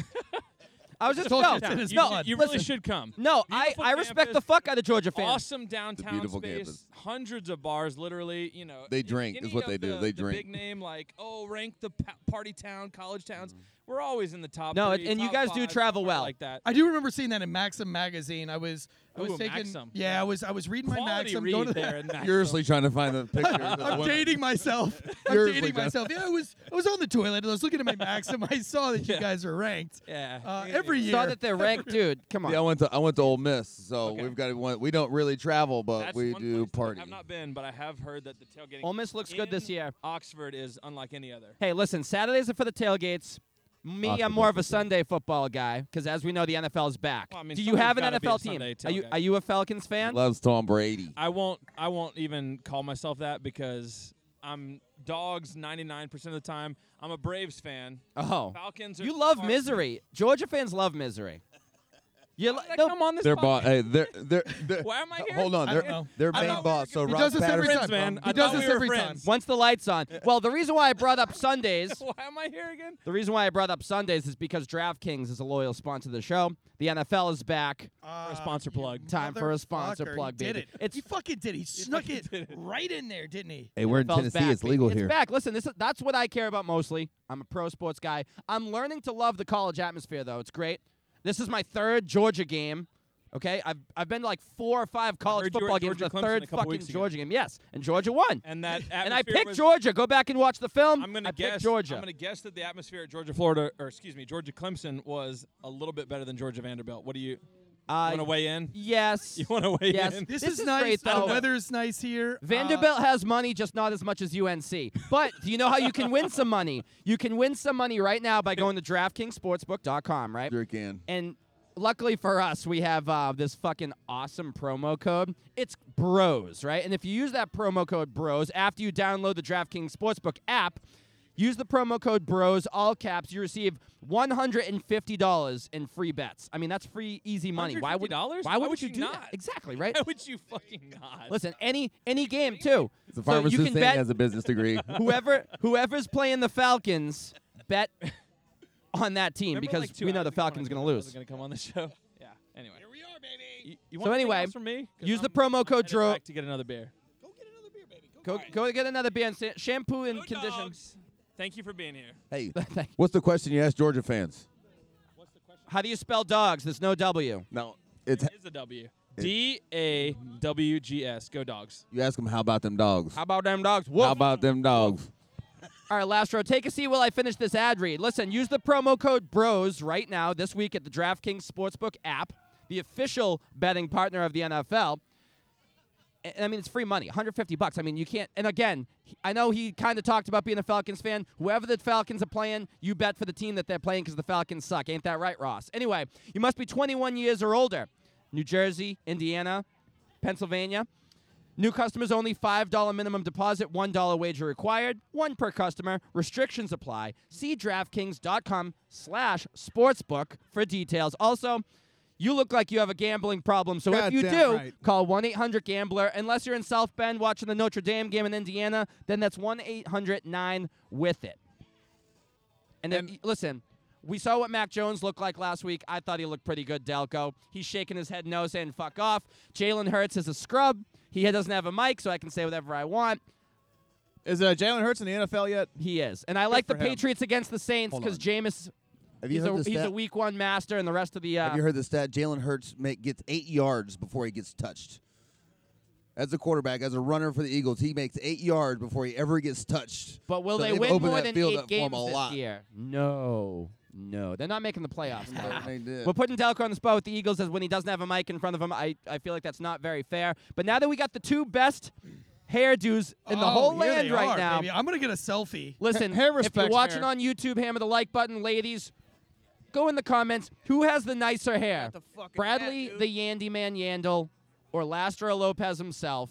C: I was just
A: Told you
C: no,
A: it's in his
E: you
C: no,
E: should- you really
C: listen.
E: should come.
C: No, I,
E: Beautiful
C: I respect the
E: campus,
C: fuck out of Georgia fans.
E: Awesome downtown
F: beautiful
E: space.
F: campus.
E: Hundreds of bars, literally. You know,
F: They
E: you-
F: drink, is
E: any
F: what
E: of
F: they do.
E: the-
F: They
E: the
F: drink.
E: Big name like oh, rank the pa- party town, college towns.
F: Mm-hmm.
E: We're always in the top.
C: No, it-
E: three,
C: and you
E: top
C: guys do
E: five,
C: travel
E: somewhere
C: well.
E: like that.
A: I do remember seeing that in Maxim magazine. I was I was
E: Ooh,
A: taking
E: Maxim.
A: yeah I was I was reading my
E: Quality
A: Maxim.
E: read
A: going to the-
E: there. in Nashville.
F: Furiously trying to find the picture. of the
A: I'm
F: woman.
A: dating myself. I'm
F: Yours,
A: dating
F: Lee John.
A: myself. Yeah, I was I was on the toilet. and I was looking at my Maxim. I saw that you guys are ranked.
E: Yeah.
A: Uh,
E: Yeah.
A: every year.
C: Saw that they're ranked, dude. Come on.
F: Yeah, I went to I went to Ole Miss, so
E: Okay.
F: we've got one. We don't really travel, but
E: That's
F: we
E: one
F: do
E: place that
F: party.
E: I've not been, but I have heard that the tailgating.
C: Ole Miss looks good this
E: in
C: year.
E: Oxford is unlike any other.
C: Hey, listen, Saturdays are for the tailgates. Me,
F: Off the
C: I'm more of a
F: bucket, yeah.
C: Sunday football guy because, as we know, the NFL is back.
E: Well, I mean,
C: Do you
E: someone's
C: have an
E: gotta be a
C: NFL team?
E: Sunday
C: Are you
E: tailgate.
C: are you a Falcons fan?
F: Loves Tom Brady.
E: I won't. I won't even call myself that because I'm dogs 99% of the time. I'm a Braves fan.
C: oh,
E: Falcons. Are
C: you love
E: are-
C: misery. Georgia fans love misery. You li-
E: Like,
C: no,
E: I'm on this.
G: They're
E: podcast.
G: boss. Hey, they're they're. they're
E: Why am I here?
G: Hold on,
A: I don't
G: they're
A: know.
G: they're
E: I
G: main
E: thought we were
G: boss. So
E: gonna-
A: He
G: Rob
A: does this every
G: Patterson.
E: friends, man.
A: time. He
E: I
A: does
E: thought
A: this
E: we were
A: every
E: friends.
A: time.
C: Once the lights on. Well, the reason why I brought up Sundays
E: Why am I here again?
C: The reason why I brought up Sundays is because DraftKings is a loyal sponsor of the show. The NFL is back.
E: For a
G: Uh,
E: sponsor plug.
C: Time for a sponsor
A: Motherfucker,
C: plug,
A: he
C: baby.
A: Did it.
C: It's
A: he fucking did. it. He snuck it, right in there, didn't he?
G: Hey, we're in
C: NFL's
G: Tennessee.
C: back,
G: It's
C: baby.
G: legal
C: It's
G: here.
C: back. Listen, this is, that's what I care about mostly. I'm a pro sports guy. I'm learning to love the college atmosphere though. It's great. This is my third Georgia game. Okay, I've I've been to like four or five college
E: heard you were
C: football
E: at
C: games.
E: Georgia
C: the
E: Clemson
C: third
E: a couple
C: fucking
E: weeks ago.
C: Georgia game. Yes, and Georgia won.
E: And that
C: And I
E: atmosphere
C: picked
E: was-
C: Georgia. Go back and watch the film.
E: I'm gonna
C: I
E: guess
C: picked Georgia.
E: I'm gonna guess that the atmosphere at Georgia, Florida, or excuse me, Georgia Clemson was a little bit better than Georgia Vanderbilt. What do you,
C: Uh,
E: want to weigh in?
C: yes.
E: You want to weigh
C: Yes.
E: in?
A: This,
C: This
A: is,
C: is
A: nice.
C: great, though.
A: The weather's nice here. Uh,
C: Oh. Vanderbilt has money, just not as much as UNC. But do you know how you can win some money? You can win some money right now by going to DraftKingsSportsbook.com, right?
F: Sure can.
C: And luckily for us, we have uh, this fucking awesome promo code. It's BROS, right? And if you use that promo code BROS after you download the DraftKings Sportsbook app, use the promo code BROS, all caps, you receive $150 in free bets. I mean, that's free, easy money. Why would, why
E: $150?
C: would,
E: Why would
C: you,
E: you
C: do
E: not?
C: that? Exactly, right?
E: Why would you fucking not?
C: Listen, any any game too.
G: The
C: so
G: pharmacist
C: you can
G: thing
C: bet
G: has a business degree.
C: whoever whoever's playing the Falcons, bet on that team
E: Remember,
C: because
E: like, two
C: we know
E: hours
C: the
E: ago when I
C: Falcons
E: said
C: going
E: I
C: to
E: wasn't
C: lose.
E: gonna come on the show. Yeah. Anyway. Here we are, baby. You, you
C: So
E: want anything
C: anyway,
E: else from me? 'Cause
C: use the
E: I'm-
C: promo
E: I'm
C: code
E: headed
C: Dro-
E: back to get another beer.
C: Go go get another beer and sa- shampoo and
E: Go
C: conditions.
E: dogs. Thank you for being here.
F: Hey,
C: Thank-
G: What's the question you asked Georgia fans?
C: How do you spell dogs? There's no W.
G: No, it's
E: It is a W. D A W G S. Go dogs.
G: you ask them how about them dogs?
C: How about them dogs?
G: How about them dogs?
C: All right, last row. Take a seat while I finish this ad read. Listen, use the promo code BROS right now this week at the DraftKings Sportsbook app, the official betting partner of the NFL. A- I mean, it's free money, 150 bucks. I mean, you can't. And again, he- I know he kind of talked about being a Falcons fan. Whoever the Falcons are playing, you bet for the team that they're playing because the Falcons suck. Ain't that right, Ross? Anyway, you must be 21 years or older. New Jersey, Indiana, Pennsylvania. New customers only $5 minimum deposit, $1 wager required, one per customer. Restrictions apply. See DraftKings.com slash sportsbook for details. Also, you look like you have a gambling problem, so if you
B: Goddamn
C: do,
B: right.
C: call 1-800-GAMBLER. Unless you're in South Bend watching the Notre Dame game in Indiana, then that's 1-800-9-WITH-IT. And, then listen, we saw what Mac Jones looked like last week. I thought he looked pretty good, Delco. He's shaking his head no, saying fuck off. Jalen Hurts is a scrub. He doesn't have a mic, so I can say whatever I want.
B: Is uh, Jalen Hurts in the NFL yet?
C: He is. And I like the
B: for him.
C: Patriots against the Saints
F: Hold
C: because
F: on.
C: Jameis,
F: have you
C: he's,
F: heard
C: a,
F: the
C: he's
F: stat?
C: a week one master, and the rest of the. Uh,
F: have you heard the stat? Jalen Hurts make, gets eight yards before he gets touched. As a quarterback, as a runner for the Eagles, he makes eight yards before he ever gets touched.
C: but will
F: So
C: they
F: they've
C: win
F: opened
C: more
F: that
C: than
F: field
C: eight
F: up for 'em
C: games
F: a
C: this
F: lot.
C: year? No. No. They're not making the playoffs. now.
F: They did.
C: We're putting Delco on the spot with the Eagles as when he doesn't have a mic in front of him. I, I feel like that's not very fair. But now that we got the two best hairdos in the
A: oh,
C: whole
A: here they
C: land right
A: are,
C: now,
A: baby. I'm gonna get a selfie.
C: listen,
B: Ha- hair
C: if you're
B: respect,
C: watching
B: hair.
C: on YouTube, hammer the like button, ladies. Go in the comments. Who has the nicer hair, Bradley the Yandy Man Yandel, or Lastro Lopez himself?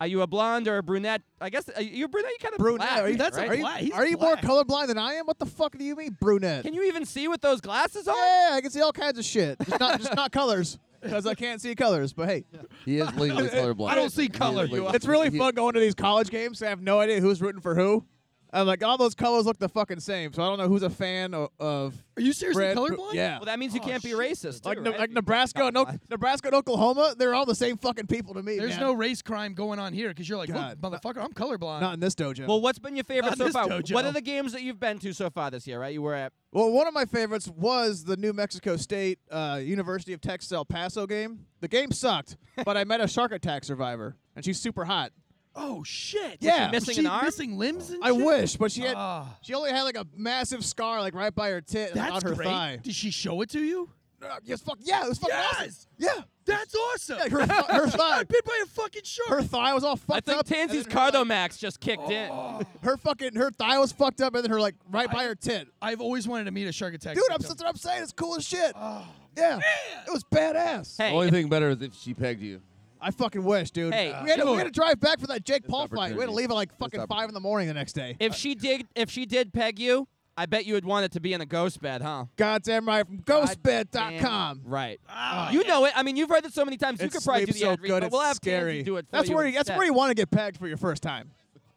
C: Are you a blonde or a brunette? I guess are you a brunette. You kind of
B: Brunette,
C: Black,
B: are you-
A: That's a
C: right?
B: Are you,
A: Black, he's
B: are you
A: black.
B: more colorblind than I am? What the fuck do you mean, brunette?
C: Can you even see with those glasses on?
B: yeah, I can see all kinds of shit. Just not, just not colors, because I can't see colors. But hey,
F: he is legally colorblind.
A: I don't
F: He
A: see
F: is
A: color.
F: legally-
B: it's really
F: he-
B: fun going to these college games. I have no idea who's rooting for who. I'm like, all those colors look the fucking same, so I don't know who's a fan of. of
A: Are you seriously
B: red, br-
A: colorblind?
B: Yeah. Oh,
C: Well, that means you can't be racist. Too,
B: like, Ne-
C: right?
B: like Nebraska, and o- Nebraska and Oklahoma, they're all the same fucking people to me.
A: There's
B: man.
A: no race crime going on here because you're like, look,
B: God.
A: motherfucker, I'm colorblind.
B: not in this dojo.
C: Well, what's been your favorite
A: Not
C: so
A: this
C: far?
A: dojo.
C: What are the games that you've been to so far this year? Right, you were at
B: Well, one of my favorites was the New Mexico State uh, University of Texas El Paso game. The game sucked, but I met a shark attack survivor, and she's super hot.
A: oh shit.
B: Yeah.
A: Was
C: Missing
A: she
C: an arm?
A: missing limbs and
B: I
A: shit?
B: wish, but she had
A: Ah.
B: she only had like a massive scar like right by her tit and
A: That's
B: on her
A: great.
B: thigh.
A: Did she show it to you?
B: Uh, yes, fuck yeah, it was fucking awesome.
A: Yes!
B: Yeah,
A: That's awesome.
B: yeah, her, th- her
A: She
B: thigh,
A: got bit by a fucking shark.
B: her thigh was all
C: I
B: fucked
C: think
B: up. and
C: Tansy's
B: then her, like,
C: Cardomax just kicked in.
A: Oh.
B: her fucking her thigh was fucked up, and then her like right by her tit.
A: I've always wanted to meet a shark attack. Oh,
B: Dude, I'm, that's
A: victim.
B: what I'm saying. It's cool as shit. yeah, it was badass.
C: Hey,
G: Only
C: if-
G: thing better is if she pegged you.
B: I fucking wish, dude. Uh,
C: Hey,
B: we, had to, we had to drive back for that Jake Paul fight. We
G: opportunity.
B: had to leave at like
G: Missed
B: fucking five in the morning the next day.
C: if she did, if she did peg you, I bet you would want it to be in a ghost bed, huh?
B: Goddamn right from ghostbed.com.
C: Right.
B: Ah.
C: you know it. I mean, you've reard it so many times. You
B: It
C: could probably do the
B: sleeps so
C: ad read,
B: good,
C: but
B: it's
C: we'll have Tansy
B: scary.
C: do it for
B: that's
C: you
B: where you, that's
C: instead.
B: where you want to get pegged for your first time.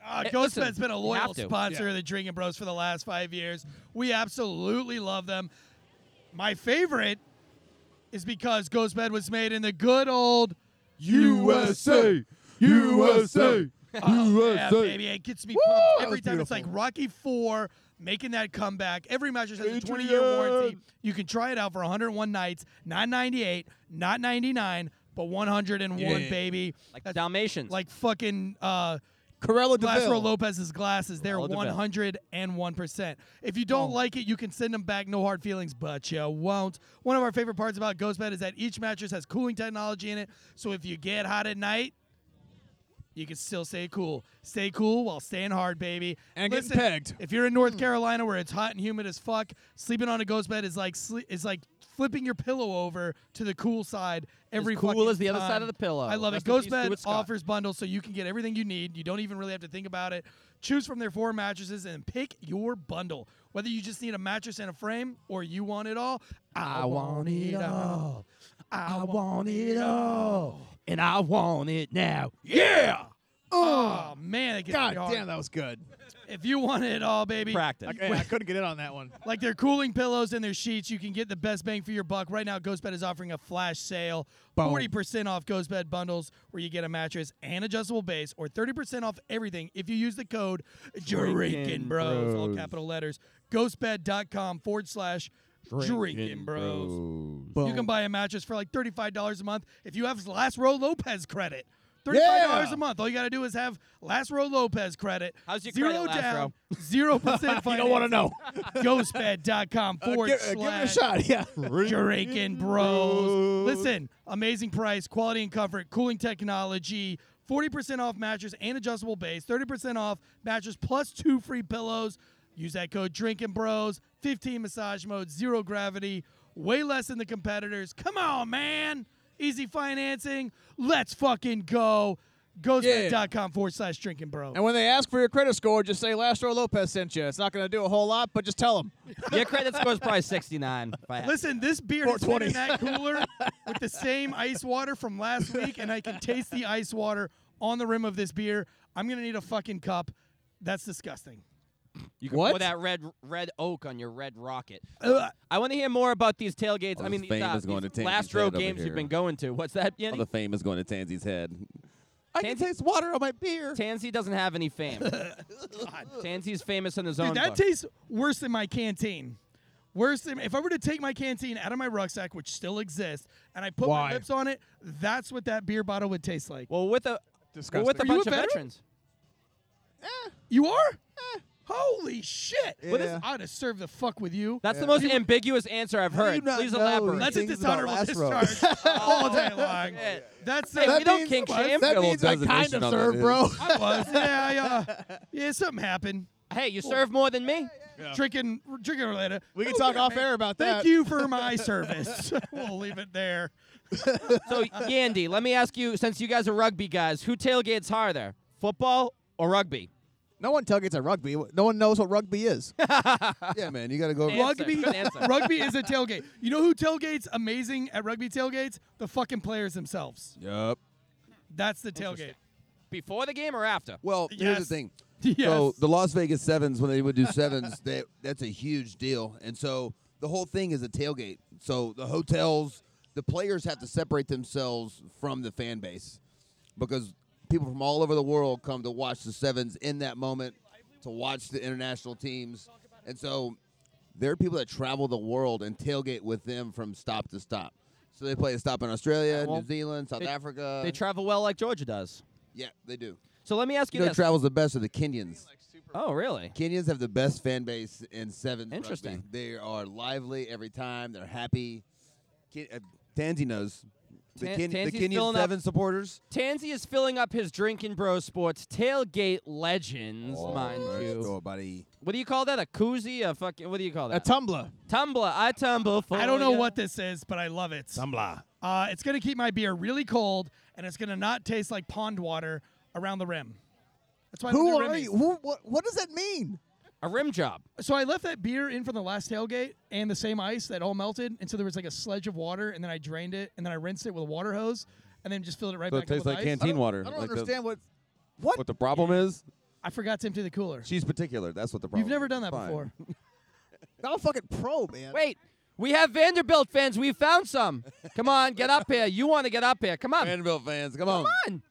A: Uh,
C: Hey,
A: Ghostbed's
C: listen,
A: been a
C: you
A: loyal
C: have to.
A: sponsor of the Drinking Bros for the last five years. We absolutely love them. My favorite is because Ghostbed was made in the good old
G: USA, USA,
A: Oh, yeah, baby, it gets me pumped every time. It's like
B: beautiful.
A: Rocky Four making that comeback. Every mattress has a 20 year warranty.
B: Adrian!
A: You can try it out for 101 nights, not 98, not 99, but 101,
B: Yeah.
A: baby.
C: Like
A: That's
C: Dalmatians.
A: like fucking uh,
B: Corella
A: Glassboro
B: DeVille.
A: Lopez's glasses. They're
C: Hello,
A: one
C: Deville.
A: hundred and one percent. If you
B: Oh.
A: don't like it, you can send them back. No hard feelings, but you won't. One of our favorite parts about Ghostbed is that each mattress has cooling technology in it, so if you get hot at night. You can still stay cool. Stay cool while staying hard, baby.
B: And getting
A: Listen,
B: pegged. Hmm.
A: If you're in North Carolina where it's hot and humid as fuck, sleeping on a ghost bed is like sle- is like flipping your pillow over to the cool side every
C: cool
A: fucking
C: as the other side
A: time.
C: of the pillow.
A: I love it.
C: Rest in peace,
A: Ghostbed
C: Stuart Scott.
A: offers bundle so you can get everything you need. You don't even really have to think about it. Choose from their four mattresses and pick your bundle. Whether you just need a mattress and a frame or you want it all, I want it all. I want it all.
C: and I want it now.
B: Yeah.
A: Oh man, it gets me
B: God
A: hard.
B: damn, that was good.
A: If you want it all, baby,
C: Practice.
B: I, I couldn't get in on that one.
A: Like their cooling pillows and their sheets, you can get the best bang for your buck. Right now, Ghostbed is offering a flash sale. 40% off Ghostbed bundles where you get a mattress and adjustable base, or 30% off everything if you use the code Drinking Bros, all capital letters. Ghostbed.com forward slash Drinking Bros. You can buy a mattress for like $35 a month if you have Last Row Lopez credit. $35
B: Yeah.
A: a month. All you got to do is have Last Row Lopez credit.
C: How's your
A: Zero
C: credit, Last
A: down,
C: Row?
A: 0% finance
B: You don't want to know.
A: ghostbed.com
B: Uh,
A: forward
B: give, uh, give it a
A: slash
B: shot. Yeah.
A: Draken Bros. Listen, amazing price, quality and comfort, cooling technology, 40% off mattress and adjustable base, 30% off mattress plus two free pillows. Use that code Drinking Bros, 15 massage mode, zero gravity, way less than the competitors. Come on, man. Easy financing. Let's fucking go. Ghostbed.com forward slash Drinking Bros.
B: And when they ask for your credit score, just say Lastro Lopez sent you. It's not going to do a whole lot, but just tell them.
C: Your credit score is probably 69. If I had
A: Listen, this beer has been in
B: 420.
A: that cooler with the same ice water from last week, and I can taste the ice water on the rim of this beer. I'm gonna need a fucking cup. That's disgusting.
C: You can
B: What?
C: pour that red red oak on your red rocket.
A: Ugh.
C: I want to hear more about these tailgates.
G: All
C: I
G: Oh,
C: mean,
G: this
C: these,
G: fame
C: uh,
G: is going
C: these
G: to Tansy's
C: last row
G: head over
C: games you've
G: here.
C: been going to. What's that,
G: All
C: Yenny?
G: the fame is going to Tansy's head.
B: I can taste water on my beer.
C: Tansy doesn't have any fame. Tansy's famous in his own
A: Dude, that
C: book.
A: tastes worse than my canteen. Worse than if I were to take my canteen out of my rucksack, which still exists, and I put
B: Why?
A: my lips on it, that's what that beer bottle would taste like.
C: well, with a well, with
A: you
B: Disgusting. Are
C: a bunch
A: a
C: of
A: veteran?
C: veterans. Eh.
A: You are? Holy shit! What is,
B: Yeah.
A: I'd have served the fuck with you.
C: That's the most ambiguous answer I've heard. Please elaborate.
A: That's
C: hey,
A: a
H: things about
A: dishonorable
H: last row.
A: discharge all day long.
C: shit.
A: That's uh,
C: we don't kink shame.
B: That means I kind
G: designation
B: of
G: on that
B: served,
G: is.
B: bro.
A: I was. Yeah, yeah. Yeah, something happened.
C: Hey, you serve more than me.
A: Drinking, drinking related.
B: We can
A: Oh,
B: talk
A: yeah,
B: off
A: man.
B: air about
A: Thank
B: that.
A: you for my service. we'll leave it there.
C: So, Yandy, let me ask you, since you guys are rugby guys, who tailgates harder, football or rugby?
B: No one tailgates at rugby. No one knows what rugby is.
G: yeah, man, you got to go.
C: Answer,
A: Rugby,
C: good answer.
A: rugby is a tailgate. You know who tailgates amazing at rugby tailgates? The fucking players themselves.
G: Yep.
A: That's the tailgate.
C: Before the game or after?
G: Well,
A: Yes.
G: here's the thing. So
A: Yes.
G: the Las Vegas Sevens, when they would do sevens, that that's a huge deal. And so the whole thing is a tailgate. So the hotels, the players have to separate themselves from the fan base because people from all over the world come to watch the sevens in that moment, to watch the international teams, and so there are people that travel the world and tailgate with them from stop to stop. So they play a stop in Australia,
C: Well,
G: New Zealand, South
C: they-
G: Africa.
C: They travel well like Georgia does.
G: yeah, they do.
C: So let me ask you,
G: You know,
C: this.
G: travels the best of the Kenyans.
C: oh, really?
G: Kenyans have the best fan base in sevens. rugby.
C: Interesting.
G: They are lively every time. They're happy. Ken, uh, Tansy knows. The,
C: Tan-
G: Ken, the
C: Tansy's
G: Kenyan
C: filling up-
G: seven supporters.
C: Tansy is filling up his Drinking Bro Sports tailgate legends, mind you.
G: buddy.
C: What do you call that? A koozie? A fucking, what do you call
B: A
C: that?
B: tumbler.
C: tumbler. I tumble for
A: I don't know
C: ya.
A: what this is, but I love it. Uh, it's gonna keep my beer really cold, and it's gonna not taste like pond water around the rim. That's why I love
B: Who
A: their
B: are
A: Remy's.
B: you? Who, what, what does that mean?
C: A rim job.
A: So I left that beer in from the last tailgate and the same ice that all melted, and so there was like a sledge of water, and then I drained it, and then I rinsed it with a water hose, and then just filled it right
H: So
A: back
H: it tastes
A: up with
H: like
A: ice.
H: canteen water.
F: I don't
H: like the-
F: understand what.
H: what the problem is.
A: I forgot to empty the cooler.
H: She's particular. That's what the problem.
A: You've never
H: is.
A: done that
H: Fine.
A: before.
F: I'm a fucking pro, man.
C: Wait, we have Vanderbilt fans. We found some. Come on, get up here. You want to get up here. Come on.
H: Vanderbilt fans, come on.
C: Come on.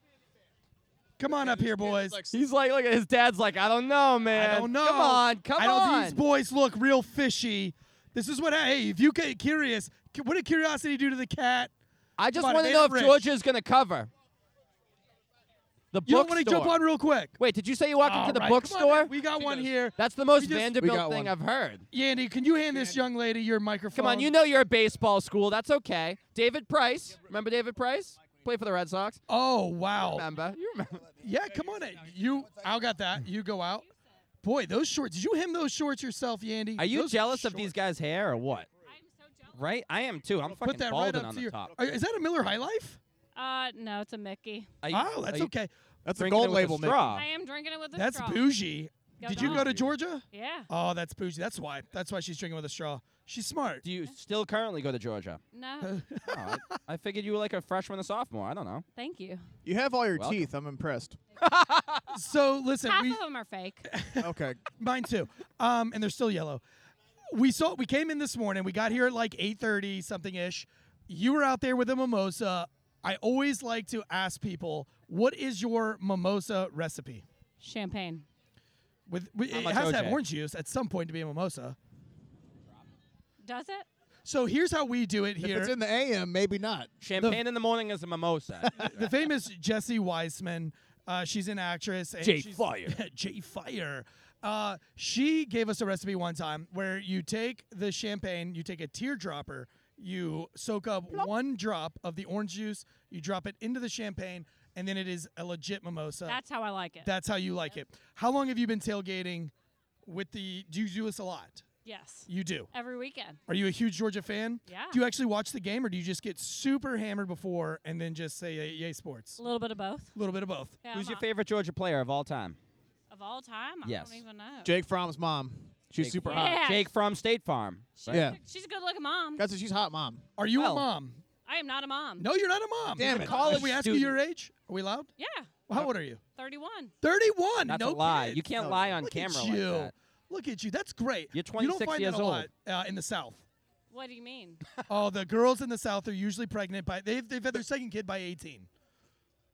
A: Come on up here, boys.
C: He's like, look at his dad's like, I don't know, man.
A: I don't know.
C: Come on, come
A: Oh, I
C: on.
A: know these boys look real fishy. This is what. Hey, if you get curious, c- what did curiosity do to the cat?
C: I just
A: Come on,
C: want to
A: they
C: know
A: are
C: if
A: rich.
C: Georgia's going to cover. The
A: You don't
C: bookstore.
A: want to jump on real quick.
C: Wait, did you say you walked
A: All
C: into the
A: right, come on,
C: bookstore?
A: man, we got one here.
C: That's the most
A: just- we
C: Vanderbilt
B: got
C: thing
B: one.
C: I've heard.
A: Yandy, can you hand this young lady your microphone?
C: Come on, you know you're a baseball school. That's okay. David Price. Remember David Price? Played for the Red Sox.
A: Oh wow.
C: Remember? You remember?
A: Yeah, come on. in. You, I'll got that. You go out. Boy, those shorts. Did you hem those shorts yourself, Yandy?
C: Are you
A: Those
C: jealous of these
A: shorts.
C: guys' hair or what? Right? I am too. I'm fucking
A: Put that right
C: balding
A: up
C: on
A: to
C: the
A: your.
C: top.
A: Uh, Is that a Miller High Life?
I: Uh, no, it's a Mickey.
C: Are you-
A: Oh,
C: are
A: that's
C: you
A: okay.
B: That's a
C: drinking it
B: gold
C: with
B: label, man.
C: straw?
I: I am drinking it with a
A: That's
I: straw.
A: bougie.
I: Go
A: Did you go
I: dog.
A: to Georgia?
I: Yeah.
A: Oh, that's bougie. That's why. That's why she's drinking with a straw. She's smart.
C: Do you still currently go to Georgia?
I: No,
C: Oh, I, I figured you were like a freshman or sophomore. I don't know.
I: thank you.
B: You have all your
C: Welcome.
B: teeth. I'm impressed.
A: So listen,
I: Half
A: we,
I: of them are fake.
B: okay.
A: mine too, um, and they're still yellow. We saw. We came in this morning. We got here at like eight thirty something ish. You were out there with a mimosa. I always like to ask people, what is your mimosa recipe?
I: Champagne.
A: With it
C: much
A: has to have
C: OJ?
A: orange juice at some point to be a mimosa.
I: Does it?
A: So here's how we do it
B: If
A: here.
B: it's in the AM, maybe not.
C: Champagne in the morning is a mimosa.
A: the famous Jessie Weissman. Uh, she's an actress. and
C: Jay
A: she's-
C: Fire.
A: Jay Fire. Uh, she gave us a recipe one time where you take the champagne, you take a teardropper, you soak up one drop of the orange juice, you drop it into the champagne, and then it is a legit mimosa.
I: That's how I like it.
A: That's how you like it. How long have you been tailgating with the. Do you do this a lot?
I: yes.
A: You do.
I: Every weekend.
A: Are you a huge Georgia fan?
I: Yeah.
A: Do you actually watch the game or do you just get super hammered before and then just say, yay, sports?
I: A little bit of both.
A: A little bit of both.
I: Yeah,
C: Who's
I: I'm
C: your
I: a-
C: favorite Georgia player of all time?
I: Of all time? I
C: Yes.
I: don't even know.
B: Jake Fromm's mom. She's super hot.
I: Yeah.
C: Jake from State Farm.
I: She's,
B: Yeah.
I: a- she's a good looking mom.
B: That's it. She's hot, mom.
A: Are you
C: Well-
A: a mom?
I: I am not a mom.
A: No, you're not a mom.
B: Damn it.
A: College. If we ask
C: student.
A: you your age, are we allowed?
I: Yeah.
A: Well, how old are you?
I: 31.
A: 31.
C: That's
A: no
C: a lie.
A: kids.
C: You can't lie on
A: Look
C: camera
A: at
C: like
A: you.
C: that.
A: Look at you. That's great.
C: You're
A: You
C: 26
A: don't find
C: years
A: that a
C: old.
A: lot uh, in the South.
I: What do you mean?
A: oh, the girls in the South are usually pregnant by they've they've had their second kid by 18.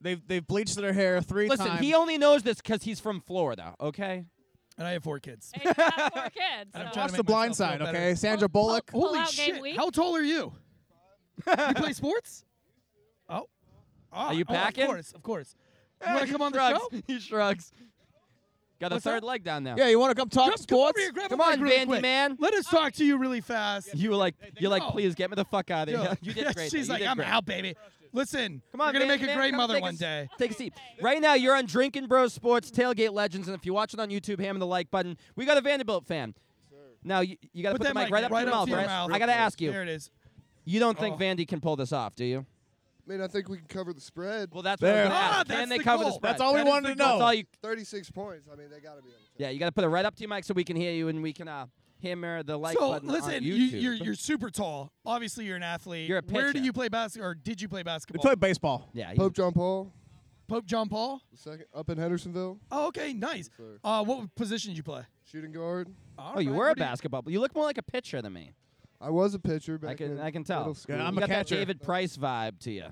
B: They've they've bleached their hair three
C: Listen,
B: times.
C: he only knows this because he's from Florida. Okay.
A: And I have four kids.
I: Hey, you got four kids.
A: And I'm
I: so-
A: trying
B: Watch
A: to
B: the
A: make
B: blind
A: myself
B: side,
A: feel better.
B: okay? Sandra Bullock.
I: Pull
A: Holy
I: out game
A: shit!
I: week.
A: How tall are you? you play sports? Oh. oh,
C: Are you
A: oh,
C: packing?
A: Of course, of course. You want to
C: He
A: come on the
C: shrugs.
A: show?
C: He shrugs. Got a
A: What's
C: third
A: that?
C: leg down there.
B: Yeah, you want to come talk
A: Come, come
B: sports?
A: over here, grab
C: Come
A: a
C: on,
A: mic really
C: Vandy
A: quick.
C: man.
A: Let us talk to you really fast.
C: You were like, you're like,
A: No.
C: please get me the fuck out of here.
A: Yeah.
C: You did great. though.
A: She's
C: You
A: like,
C: did
A: I'm
C: great.
A: out, baby. Listen,
C: Come on,
A: you're gonna
C: man,
A: make a
C: man,
A: great
C: come
A: mother
C: take a
A: one
C: s-
A: day.
C: Take a seat. Right now, you're on Drinking Bros Sports Tailgate Legends, and if you're watching on YouTube, hammer the like button. We got a Vanderbilt fan. Now you, you got to put, the mic right up to your mouth. right? I got to ask
A: There
C: you.
A: it is.
C: You don't think
A: Oh.
C: Vandy can pull this off, do you?
J: Man, I think we can cover the spread.
C: Well, that's
B: There.
C: what I was gonna
A: Ah,
C: ask. Can
A: that's
C: they
A: the
C: cover the
A: goal.
C: spread?
B: That's all we
A: That is
B: wanted
A: the
B: to
A: goal.
B: know.
C: That's all you.
J: 36 points. I mean, they got to be able to.
C: Yeah, you got to put it right up to your mic so we can hear you and we can uh, hammer the like
A: so
C: button on
A: listen, you,
C: YouTube.
A: you're you're super tall. Obviously, you're an athlete.
C: You're a
A: Where do
C: pitcher.
A: you play basketball, or did you play
B: They
A: basketball?
B: play baseball.
C: yeah, you-
J: Pope John Paul,
A: Pope John Paul.
J: the second, up in Hendersonville,
A: Oh, okay, nice.
J: sir.
A: Uh, what position did you play?
J: shooting guard.
A: All
C: oh, you
A: right,
C: were a
A: what do
C: basketball. player. You look more like a pitcher than me.
J: I was a pitcher back
C: I can
J: in
C: I can tell.
J: middle school.
B: Yeah, I'm a
C: you got
B: catcher.
C: that David Price vibe to you.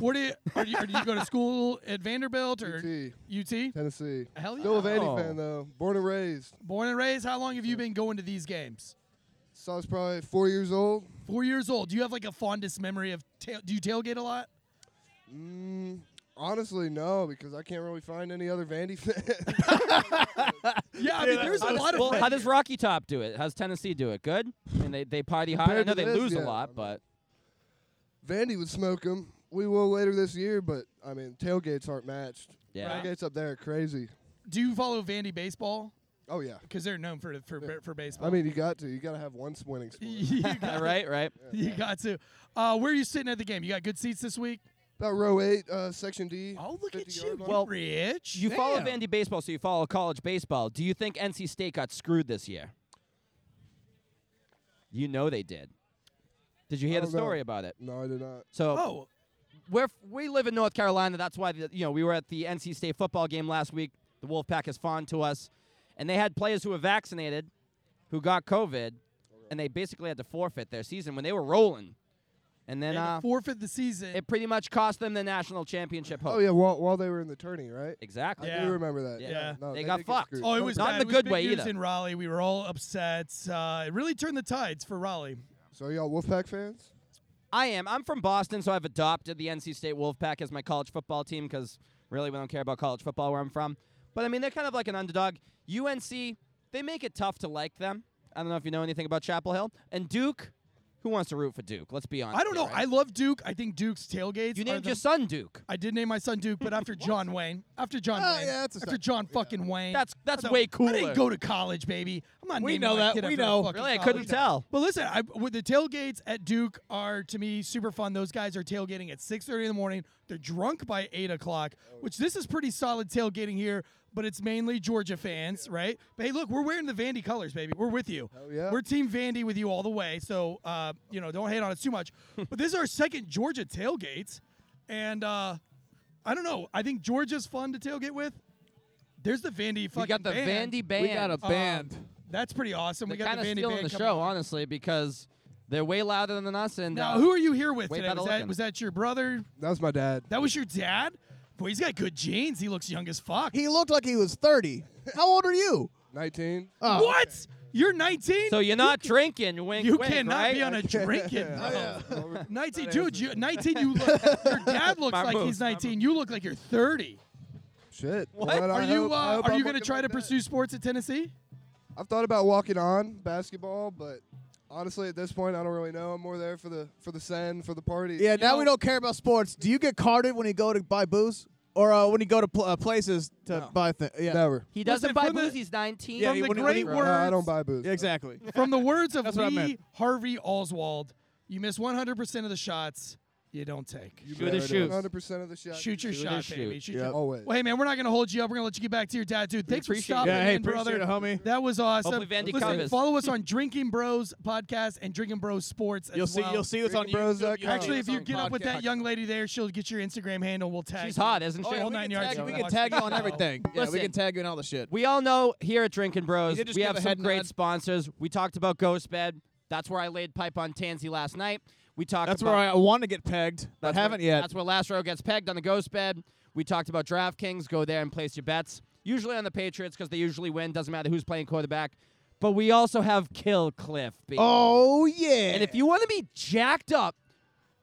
A: What do you? Are you, or do you go to school at Vanderbilt or
J: UT,
A: UT?
J: Tennessee.
A: Hell yeah.
J: Still a Vandy
C: Oh.
J: fan, though. Born and raised.
A: Born and raised. How long have you been going to these games?
J: So I was probably four years old.
A: Four years old. Do you have like a fondest memory of? Tail- do you tailgate a lot?
J: Mm, honestly, no, because I can't really find any other Vandy fan.
A: Yeah, I mean, there's a lot of.
C: Well,
A: friends-
C: how does Rocky Top do it? How's Tennessee do it? Good. I mean, they they party hard. I
J: Compared
C: know
J: to
C: they
J: this,
C: lose a
J: yeah.
C: lot, but
J: Vandy would smoke them. We will later this year, but I mean, tailgates aren't matched.
C: yeah.
J: Tailgates up there are crazy.
A: Do you follow Vandy baseball?
J: Oh yeah.
A: Because they're known for for for baseball.
J: I mean, you got to. You got to have one winning sport.
A: you got,
C: right, right.
A: you got to. Uh, where are you sitting at the game? You got good seats this week.
J: About row eight, uh, section D.
A: Oh, look
J: at you,
C: Well, You follow Vandy baseball, so you follow college baseball. Do you think NC State got screwed this year? You know they did. Did you hear
J: I
C: the
J: don't know.
C: story about it?
J: No, I did not.
A: Oh.
C: So oh. we're f- we live in North Carolina. That's why the, you know we were at the NC State football game last week. The Wolfpack is fond to us, and they had players who were vaccinated, who got COVID, and they basically had to forfeit their season when they were rolling. And then
A: They had to
C: uh,
A: forfeit the season.
C: It pretty much cost them the national championship. Hope.
J: Oh yeah, while, while they were in the tourney, right?
C: Exactly.
J: I do remember that.
C: Yeah.
J: No,
C: they, got
J: did get
C: fucked.
J: screwed.
A: Oh, it was
C: not
A: bad.
C: in
A: It
C: the
A: was
C: good
A: big
C: way
A: news
C: either.
A: In Raleigh, we were all upset. Uh, it really turned the tides for Raleigh.
J: So y'all Wolfpack fans?
C: I am. I'm from Boston, so I've adopted the NC State Wolfpack as my college football team because really we don't care about college football where I'm from. But I mean, they're kind of like an underdog. UNC, they make it tough to like them. I don't know if you know anything about Chapel Hill. And Duke, who wants to root for Duke? Let's be honest.
A: I don't
C: here,
A: know.
C: right?
A: I love Duke. I think Duke's tailgates.
C: you
A: are
C: named
A: the-
C: your son Duke.
A: I did name my son Duke, but after John Wayne, after John
B: Oh,
A: Wayne,
B: yeah, that's a
A: after
B: step.
A: John fucking Wayne.
C: That's-
A: I
C: that's
A: thought,
C: way
A: I
C: cooler.
A: didn't go to college, baby. I'm not.
B: We
A: naming
B: know
A: my
B: that.
A: kid
B: We
A: after a
B: know.
A: fucking
C: Really, I
A: college.
C: couldn't tell.
A: But listen, I, with the tailgates at Duke are to me super fun. Those guys are tailgating at 6:30 in the morning. They're drunk by eight o'clock, which this is pretty solid tailgating here. But it's mainly Georgia fans, right? But hey, look, we're wearing the Vandy colors, baby. We're with you.
J: Hell Oh, yeah.
A: We're Team Vandy with you all the way. So uh, you know, don't hate on us too much. but this is our second Georgia tailgate, and uh, I don't know. I think Georgia's fun to tailgate with. There's the Vandy fucking
C: We got the
A: band. Um,
C: Vandy band.
B: We got a band.
A: That's pretty awesome.
C: They're
A: we got
C: kind
A: the
C: of
A: Vandy
C: stealing
A: band
C: the
A: coming
C: show,
A: up.
C: honestly, because they're way louder than us. And
A: Now,
C: uh,
A: who are you here with
C: way
A: today?
C: better
A: Was that,
C: looking.
A: was that your brother?
J: That was my dad.
A: That was your dad? Boy, he's got good genes. He looks young as fuck.
B: He looked like he was 30. How old are you?
J: 19.
A: what? You're 19?
C: So you're not drinking. Wink,
A: you
C: wink,
A: cannot
C: right?
A: be on a
J: Oh,
A: drinking. bro. 19, dude. You, 19. You look. Your dad looks
C: My
A: like
C: move,
A: he's 19. You look like you're 30.
J: Shit.
C: What?
J: Well, I
A: Are
J: hope-
A: you?
J: I
A: Uh,
J: hope
A: are
J: I'm
A: you going to
J: looking
A: try
J: like
A: to
J: that.
A: pursue sports at Tennessee?
J: I've thought about walking on basketball, but honestly, at this point, I don't really know. I'm more there for the for the send, for the party.
B: Yeah, now
A: know-
B: we don't care about sports. Do you get carded when you go to buy booze? Or uh, when you go to pl- uh, places to buy things? Yeah.
J: Never.
C: He doesn't
A: Listen,
C: buy
A: from the-
C: booze. He's 19.
B: Yeah,
A: From
B: he
A: the
B: wouldn't- wouldn't
A: great
B: even-
J: No,
A: words.
J: I don't buy booze.
B: Yeah, Exactly.
A: From the words of
B: That's what I
A: Lee
B: meant.
A: Harvey Oswald, you miss 100% of the shots you don't take.
C: Shoot his shoes.
J: 100% of the shot.
A: shoot your
C: shoot
A: shot,
C: is
A: baby.
C: shoot.
A: Shoot
J: Yep.
A: your-
J: Always.
A: Well, hey, man, we're not going to hold you up. We're going to let you get back to your dad, dude. Thanks for
C: appreciate it.
A: stopping
B: Yeah, hey,
A: in,
B: appreciate
A: brother.
B: it, homie.
A: That was awesome.
C: Hopefully Vandy
A: Listen,
C: covers.
A: follow us on Drinking Bros podcast and Drinking Bros Sports as
B: You'll see.
A: well.
B: You'll see this on
J: Bros dot
B: YouTube.
J: com.
A: Actually, if you
B: On
A: get up with that
B: podcast.
A: young lady there, she'll get your Instagram handle. We'll tag.
C: She's
A: you.
C: hot, isn't she?
B: Oh, yeah,
A: All
B: we
A: nine
B: can
A: yards
B: tag-
A: out
B: We
A: of
B: can
A: the
B: tag you
A: box.
B: on everything. Yeah, we
C: Listen.
B: can tag you on all the shit.
C: We all know here at Drinking
B: You
C: Bros,
B: did just
C: we
B: give
C: have
B: a
C: some
B: head
C: great
B: nod.
C: sponsors. We talked about Ghost Bed. That's where I laid pipe on Tansy last night. We talked
B: That's
C: about
B: where I want to get pegged. but
C: that's where-
B: haven't yet.
C: That's where last row gets pegged on the Ghost Bed. We talked about DraftKings. Go there and place your bets. Usually on the Patriots because they usually win. Doesn't matter who's playing quarterback. But we also have Kill Cliff. Baby.
B: Oh yeah.
C: And if you want to be jacked up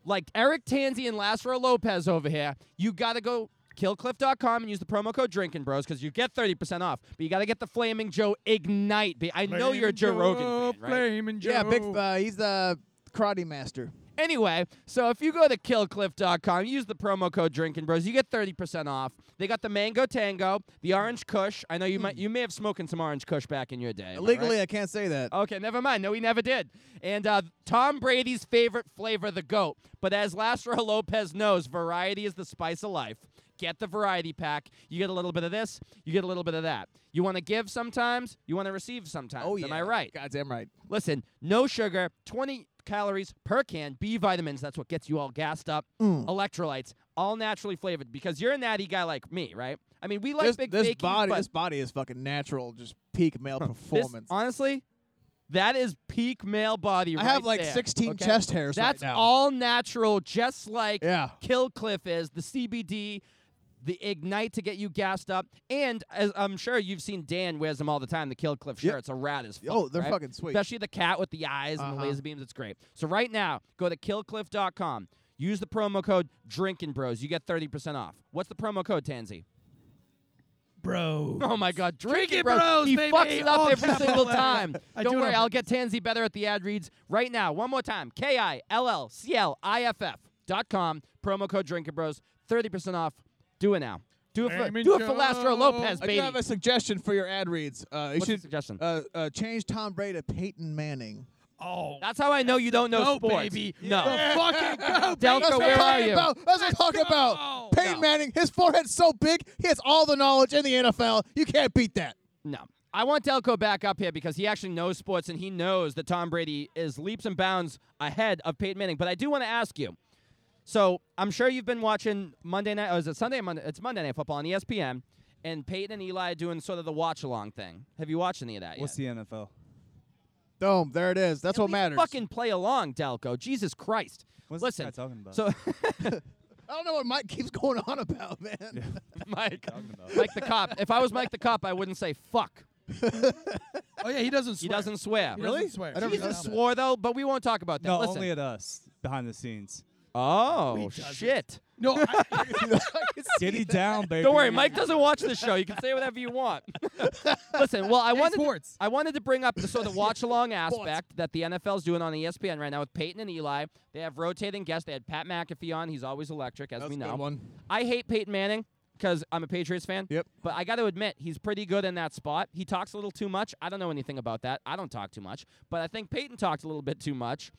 C: like Eric Tanzi and Lazaro Lopez over here, you got to go killcliff.com and use the promo code drinking bros because you get 30% off but you got to get the flaming joe ignite ba- i know you're a joe rogan fan right
A: Flaming Joe.
B: yeah, big. Uh, he's the karate master.
C: anyway so if you go to killcliff.com use the promo code drinking bros you get 30% off they got the mango tango the orange kush i know you might you may have smoking some orange kush back in your day am I right?
B: Legally, I can't say that.
C: Okay, never mind. No, he never did. And uh, Tom Brady's favorite flavor, the goat. But as Lázaro Lopez knows, variety is the spice of life. Get the variety pack. You get a little bit of this, you get a little bit of that. You want to give sometimes, you want to receive sometimes.
B: oh yeah.
C: Am I right?
B: Goddamn right.
C: Listen, no sugar, 20 calories per can, B vitamins, that's what gets you all gassed up,
B: Mm.
C: electrolytes, all naturally flavored because you're a natty guy like me, right? I mean, we like
B: this
C: big
B: this
C: bakeries,
B: body,
C: but
B: this body is fucking natural. Just peak male
C: this-
B: performance.
C: honestly, that is peak male body
B: I
C: right
B: have like
C: there,
B: 16
C: okay?
B: chest hairs. right
C: That's
B: now.
C: all natural, just like
B: Yeah.
C: Killcliff is, the CBD, the Ignite to get you gassed up. And as I'm sure you've seen Dan wears them all the time, the
B: Yep.
C: Killcliff shirts are rad as fuck.
B: Oh, they're
C: right?
B: fucking sweet.
C: Especially the cat with the eyes and the
B: Uh-huh.
C: laser beams. It's great. So right now, go to killcliff.com. Use the promo code Drinking Bros. You get 30% off. What's the promo code, Tansy?
A: bro.
C: Oh my God,
A: Drinking
C: drinking bros.
A: Bros,
C: He
A: baby.
C: fucks it up
A: All
C: every
A: capital
C: single
A: letters.
C: time.
A: I
C: Don't
A: do it
C: worry,
A: on
C: I'll get Tansy better at the ad reads right now. One more time, K I L L C L I F F dot com. Promo code Drinking Bros, thirty percent off. Do it now. Do it for
A: Amen,
C: do it for Lastro
A: Joe.
C: Lopez,
B: I
C: baby.
B: do have a suggestion for your ad reads. Uh, you
C: What's the
B: should
C: suggestion?
B: Uh, uh, change Tom Brady to Peyton Manning.
A: Oh,
C: That's how I know you don't know
A: Go,
C: sports.
A: baby.
C: No.
A: Yeah. Fucking go,
C: Delco,
A: baby.
C: where are you?
B: About, that's what I'm talking about. Peyton Manning, his forehead's so big, he has all the knowledge in the NFL. You can't beat that.
C: No. I want Delco back up here because he actually knows sports and he knows that Tom Brady is leaps and bounds ahead of Peyton Manning. But I do want to ask you. So I'm sure you've been watching Monday night. Or is it Sunday? or Monday, it's Monday Night Football on E ESPN, and Peyton and Eli doing sort of the watch along thing. Have you watched any of that
D: What's
C: yet?
D: the NFL?
B: Boom, there it is. That's
C: At
B: what
C: least
B: matters.
C: Fucking play along, Delco. Jesus Christ.
D: What's this
C: Listen.
D: guy talking about?
C: So
B: I don't know what Mike keeps going on about, man.
C: Mike,
D: Talking about.
C: Mike the cop. If I was Mike the cop, I wouldn't say fuck.
A: Oh yeah, he doesn't.
C: He
A: Swear.
C: doesn't swear.
A: He doesn't
B: Really?
A: swear.
B: I never
A: Jesus.
B: noticed
C: Jesus swore though, but we won't talk about that.
D: no,
C: Listen.
D: only at us behind the scenes.
C: oh
A: He doesn't.
C: shit.
A: No, I,
D: Giddy down, baby.
C: Don't worry, Mike doesn't watch the show. You can say whatever you want. Listen, well, I wanted
A: sports.
C: I wanted to bring up the sort of watch along aspect that the NFL's doing on E ESPN right now with Peyton and Eli. They have rotating guests. They had Pat McAfee on. He's always electric, as
B: That's
C: we
B: a
C: know.
B: good one.
C: I hate Peyton Manning because I'm a Patriots fan.
B: Yep.
C: But I got to admit, he's pretty good in that spot. He talks a little too much. I don't know anything about that. I don't talk too much. But I think Peyton talked a little bit too much.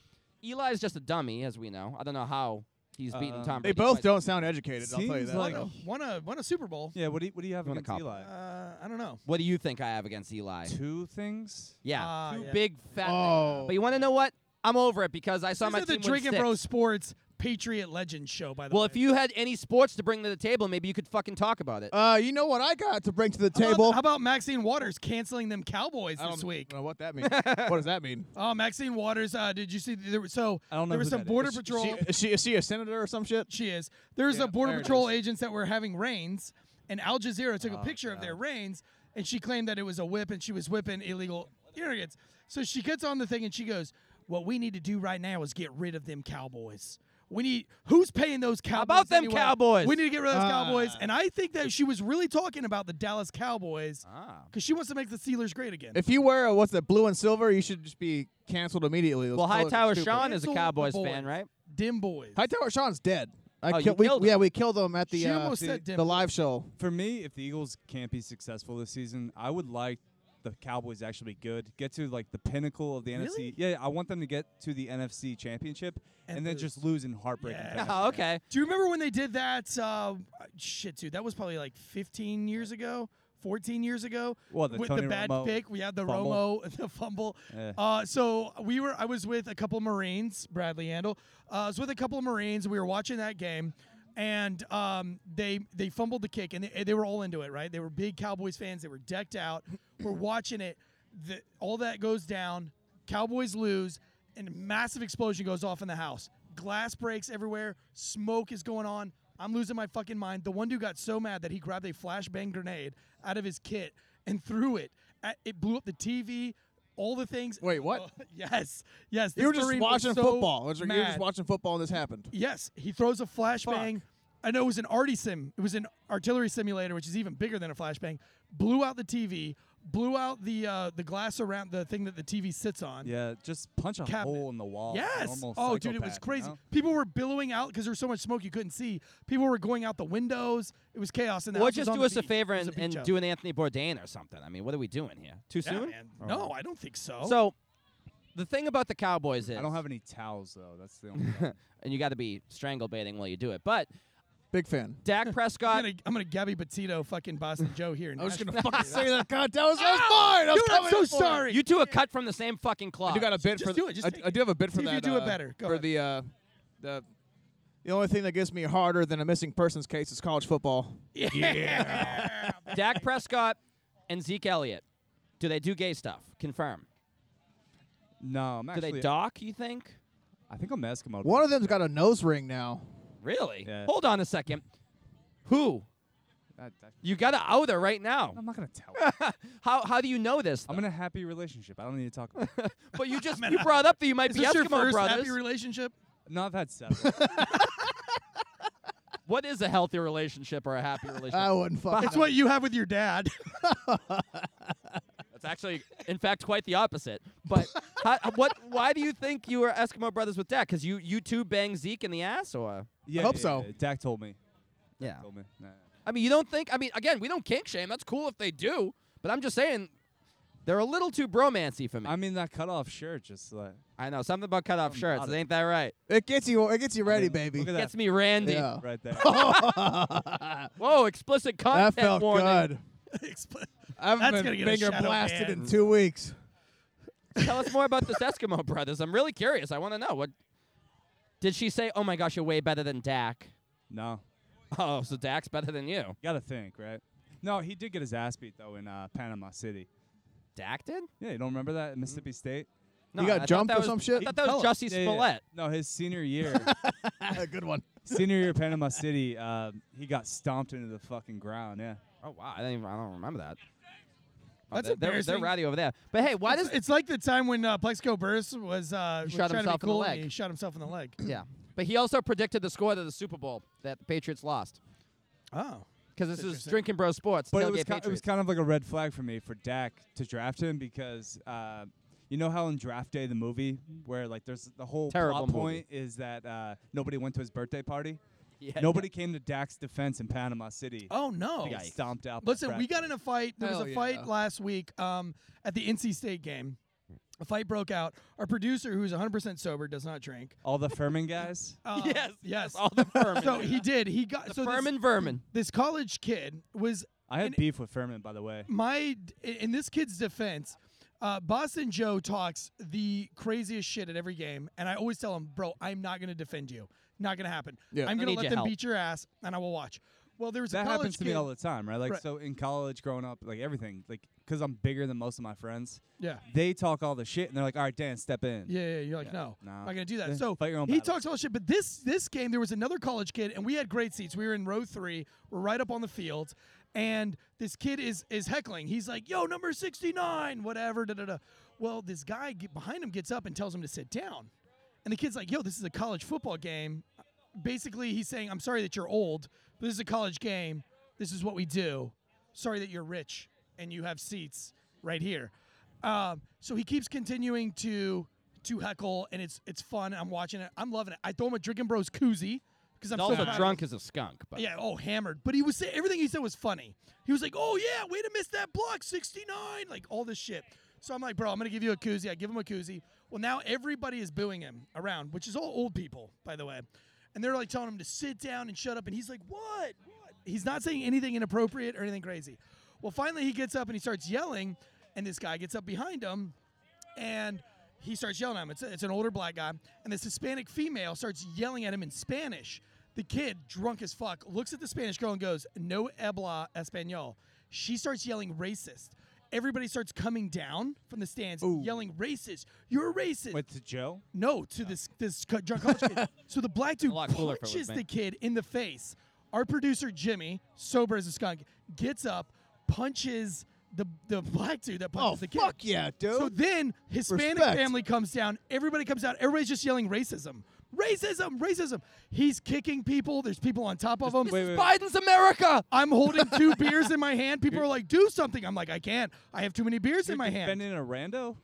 C: Eli's just a dummy, as we know. I don't know how he's beaten
D: Um,
C: Tom
B: Uh, They
C: Brady.
B: both
C: twice.
B: don't sound educated, I'll tell you
D: Seems
B: that.
A: won
D: like-
A: a, won a won a Super Bowl.
D: Yeah, what do you, what do you have
C: You wanna
D: against
C: cop
D: Eli?
A: Uh, I don't know.
C: What do you think I have against Eli?
D: Two things.
C: Yeah,
A: Ah,
C: two
A: yeah.
C: big fat.
B: Oh.
C: But you want to know what? I'm over it because I saw
A: These
C: my
A: are the
C: team win
A: Drinking
C: six.
A: Bros Sports Patriot Legend Show. By the
C: Well,
A: way,
C: if you had any sports to bring to the table, maybe you could fucking talk about it.
B: Uh, you know what I got to bring to the
A: How about-
B: table?
A: How about Maxine Waters canceling them Cowboys
B: I
A: this
B: don't
A: week?
B: know what that means. what does that mean?
A: Oh, Maxine Waters. Uh, did you see? There was so
D: I don't know
A: there
D: who
A: was some
D: that
A: border
D: is. She-
A: patrol.
B: She, is, she, is she a senator or some shit?
A: She is. There's
B: Yeah,
A: a border
B: there it
A: patrol
B: is. Oh,
A: agents that were having reins, and Al Jazeera took a picture of their reins, and she claimed that it was a whip, and she was whipping illegal immigrants. So she gets on the thing and she goes, "What we need to do right now is get rid of them cowboys. We need who's paying those cowboys?
C: about them
A: anyway?
C: Cowboys?"
A: We need to get rid of those cowboys."
B: Ah.
A: And I think that she was really talking about the Dallas Cowboys
D: Ah.
A: because she wants to make the Steelers great again.
B: If you wear a, what's that, blue and silver, you should just be canceled immediately. Those
C: well,
B: colors are
C: Hightower
B: stupid.
C: Sean is a
A: Cancel the
C: Cowboys
A: boys.
C: fan, right?
A: Dim boys.
B: Hightower Sean's dead. I
C: Oh, you
B: killed, we,
C: killed
B: Yeah,
C: him.
B: we killed him at the
A: She
B: uh,
A: almost
B: the,
A: said dead
B: the
A: boy.
B: live show.
D: For me, if the Eagles can't be successful this season, I would like the Cowboys to actually be good, get to like the pinnacle of the
A: Really?
D: NFC. Yeah, I want them to get to the NFC Championship and,
A: And
D: then
A: lose.
D: just lose in heartbreaking
A: Yeah.
D: fashion.
C: Oh, okay.
A: Do you remember when they did that? Uh, shit, dude, that was probably like 15 years ago, 14 years ago.
D: Well, the
A: with
D: Tony
A: the bad
D: Romo
A: pick, we had the
D: fumble. Eh.
A: Romo, and the fumble.
D: Yeah.
A: Uh, so we were. I was with a couple Marines, Bradley Handel. Uh, I was with a couple Marines. We were watching that game, and um, they they fumbled the kick, and they, they were all into it, right? They were big Cowboys fans. They were decked out. we're watching it. The, all that goes down. Cowboys lose, and a massive explosion goes off in the house. Glass breaks everywhere. Smoke is going on. I'm losing my fucking mind. The one dude got so mad that he grabbed a flashbang grenade out of his kit and threw it. At, it blew up the TV, all the things.
B: Wait, what?
A: Oh, yes, yes.
B: You
A: this
B: were just
A: Marine was
B: watching
A: so
B: football. It was like You were just
A: mad.
B: watching football and this happened.
A: Yes, he throws a flashbang. I know it was an arty sim. It was an artillery simulator, which is even bigger than a flashbang. Blew out the TV. Blew out the uh, the glass around the thing that the TV sits on.
D: Yeah, just punch a
A: Cabinet.
D: hole in the wall.
A: Yes.
D: Normal
A: Oh, dude, it was
D: psychopath, you
A: crazy.
D: know?
A: People were billowing out because there was so much smoke you couldn't see. People were going out the windows. It was chaos. And the
C: Or
A: house was
C: just
A: on
C: do
A: the
C: us a
A: beach.
C: favor
A: It was
C: and,
A: a beach
C: and
A: house.
C: do an Anthony Bourdain or something. I mean, what are we doing here? Too
A: Yeah,
C: soon?
A: man. No, I don't think so.
C: So, the thing about the Cowboys is,
D: I don't have any towels though. That's the only. problem.
C: and you got to be strangle baiting while you do it. But
B: Big fan.
C: Dak
A: I'm
C: Prescott,
A: gonna, I'm gonna Gabby Petito fucking Boston Joe here. in
B: I was gonna
A: Nashville.
B: fucking say that. God, that was, that was mine. I was
A: Dude, I'm
B: coming
A: so
B: in for it.
A: sorry.
C: you two are cut from the same fucking
B: I
C: cloth.
B: do got a bit
A: Just
B: for.
A: do it, just
B: I,
A: take
B: I do have a bit for
A: See if
B: that.
A: you do it
B: uh,
A: better. Go
B: for
A: ahead.
B: the uh, the the only thing that gets me harder than a missing persons case is college football.
C: Dak Prescott and Zeke Elliott. Do they do gay stuff? Confirm.
D: no, I'm Um,
C: Do
D: actually.
C: they dock? You think?
D: I think I'm Eskimo.
B: One of them's got a nose ring now.
C: Really?
D: Yeah.
C: Hold on a second. Who?
D: I, I,
C: You got to out her right now.
D: I'm not gonna tell. you.
C: How how do you know this?
D: I'm in a happy relationship. I don't need to talk about. it.
C: though? but you just you brought up that you might
A: Is
C: be
A: this your
C: Eskimo
A: first
C: brothers.
A: happy relationship?
D: No, I've had several.
C: what is a healthy relationship or a happy relationship?
B: I wouldn't fuck.
A: It's what you have with your dad.
C: That's actually, in fact, quite the opposite. But how, what? Why do you think you were Eskimo brothers with Dak? Because you you two bang Zeke in the ass, or
D: Yeah,
B: hope
D: yeah,
B: so.
D: yeah. Dak told me.
C: yeah.
D: Told me. Nah.
C: I mean, you don't think? I mean, again, we don't kink shame. That's cool if they do. But I'm just saying, They're a little too bromancy for me.
D: I mean, that cutoff shirt just like.
C: I know something about cutoff shirts.
D: about
C: Ain't that right?
B: It gets you. It gets you ready, baby.
D: Look at that.
C: Gets me Randy.
B: Yeah.
D: Right there.
C: Whoa, explicit content
B: that felt
C: warning.
B: good.
A: Expl-
B: I haven't
A: That's gonna
B: been
A: get a
B: finger
A: shadow
B: blasted
A: ban.
B: in two weeks.
C: Tell us more about this Eskimo brothers. I'm really curious. I want to know what. Did she say, "Oh my gosh, you're way better than Dak"?
D: no,
C: Oh, so Dak's better than you.
D: gotta think, right? No, he did get his ass beat though in uh, Panama City.
C: Dak did? Mm.
D: Yeah, you don't remember that in Mississippi State?
C: No,
B: got
C: I thought
B: jumped
C: that
B: or
C: was-
B: some shit?
C: I thought that was Jussie
D: Yeah, yeah, yeah.
C: Smollett.
D: No, his senior year,
B: Good one.
D: senior year Panama City, uh, he got stomped into the fucking ground. Yeah.
C: Oh wow, I don't even, I don't remember that. Oh,
A: That's
C: they're, they're, they're
A: embarrassing.
C: ratty over there. But hey, why does
A: it's, it's like the time when uh, Plexico Burris was, uh, was
C: shot
A: trying to be
C: himself in the
A: cool and
C: leg.
A: He shot himself in the leg.
C: yeah? But he also predicted the score to the Super Bowl that the Patriots lost
A: Oh,
C: because this is
A: Interesting.
C: drinking bro sports.
D: But it was,
C: tailgate
D: ki- it was
C: Patriots.
D: kind of like a red flag for me for Dak to draft him because uh, you know how in Draft Day the movie where like there's the whole
C: Terrible
D: plot
C: movie.
D: point is that uh, nobody went to his birthday party.
C: Yeah.
D: Nobody came to Dak's defense in Panama City.
A: oh no!
D: He got stomped out. by
A: Listen, we
D: Brad
A: got in a fight. There was
B: Hell
A: a fight
B: yeah.
A: last week um, at the NC State game. A fight broke out. Our producer, who's 100% sober, does not drink.
D: all the Furman guys.
A: Uh,
C: yes,
A: yes.
C: all the Furman.
A: So he did. He got so this,
C: Furman vermin.
A: this college kid was
D: I had
A: And-
D: beef with Furman, by the way.
A: my in this kid's defense. Uh, Boston Joe talks the craziest shit at every game, and I always tell him, "Bro, I'm not going to defend you. Not going to happen.
B: Yeah.
A: I'm
C: I
A: going to
C: need
A: let
C: your
A: them
C: help."
A: beat your ass, and I will watch." Well, there was a
D: That
A: college
D: happens to
A: kid-
D: me all the time, right? Like
A: Right.
D: so in college, growing up, like everything, like because I'm bigger than most of my friends.
A: Yeah.
D: They talk all the shit, and they're like, "All right, Dan, step in."
A: Yeah, yeah, you're like, no,
D: nah.
A: I'm not gonna do that.
D: Yeah,
A: So
D: fight your own
A: he
D: battles.
A: talks all shit. But this this game, there was another college kid, and we had great seats. We were in row three. We're right up on the field, and this kid is is heckling. He's like, "Yo, number 69, whatever." Da da da. Well, this guy get, behind him gets up and tells him to sit down, and the kid's like, "Yo, this is a college football game." Basically, he's saying, "I'm sorry that you're old, but this is a college game. This is what we do. Sorry that you're rich and you have seats right here." Um, so he keeps continuing to to heckle, and it's it's fun. I'm watching it. I'm loving it. I throw him a Drinking Bros koozie because I'm so
C: also
A: proud of
C: drunk as a skunk. But
A: yeah, oh, hammered. But he was say- everything he said was funny. He was like, "Oh yeah, way to miss that block, 69," like all this shit. So I'm like, "Bro, I'm gonna give you a koozie." I give him a koozie. Well, now everybody is booing him around, which is all old people, by the way, and they're like telling him to sit down and shut up, and he's like, "What? what? He's not saying anything inappropriate or anything crazy. Well, finally he gets up and he starts yelling, and this guy gets up behind him, and he starts yelling at him. It's, it's an older black guy, and this Hispanic female starts yelling at him in Spanish. The kid, drunk as fuck, looks at the Spanish girl and goes, "No habla español." She starts yelling racist. Everybody starts coming down from the stands, yelling racist. You're a racist.
D: Went to Joe.
A: No, to this this co- drunk college kid. So the black dude
C: A lot cooler if it was
A: punches
C: me.
A: the kid in the face. Our producer Jimmy, sober as a skunk, gets up, punches the the black dude that punches the kid.
B: fuck yeah, dude.
A: So then Hispanic
B: Respect.
A: family comes down. Everybody comes out. Everybody's just yelling racism, racism, racism. He's kicking people. There's people on top of him.
D: Wait, wait, wait.
C: Biden's America.
A: I'm holding two beers in my hand. People are like, "Do something." I'm like, "I can't. I have too many beers in my hand."
D: Defending a rando.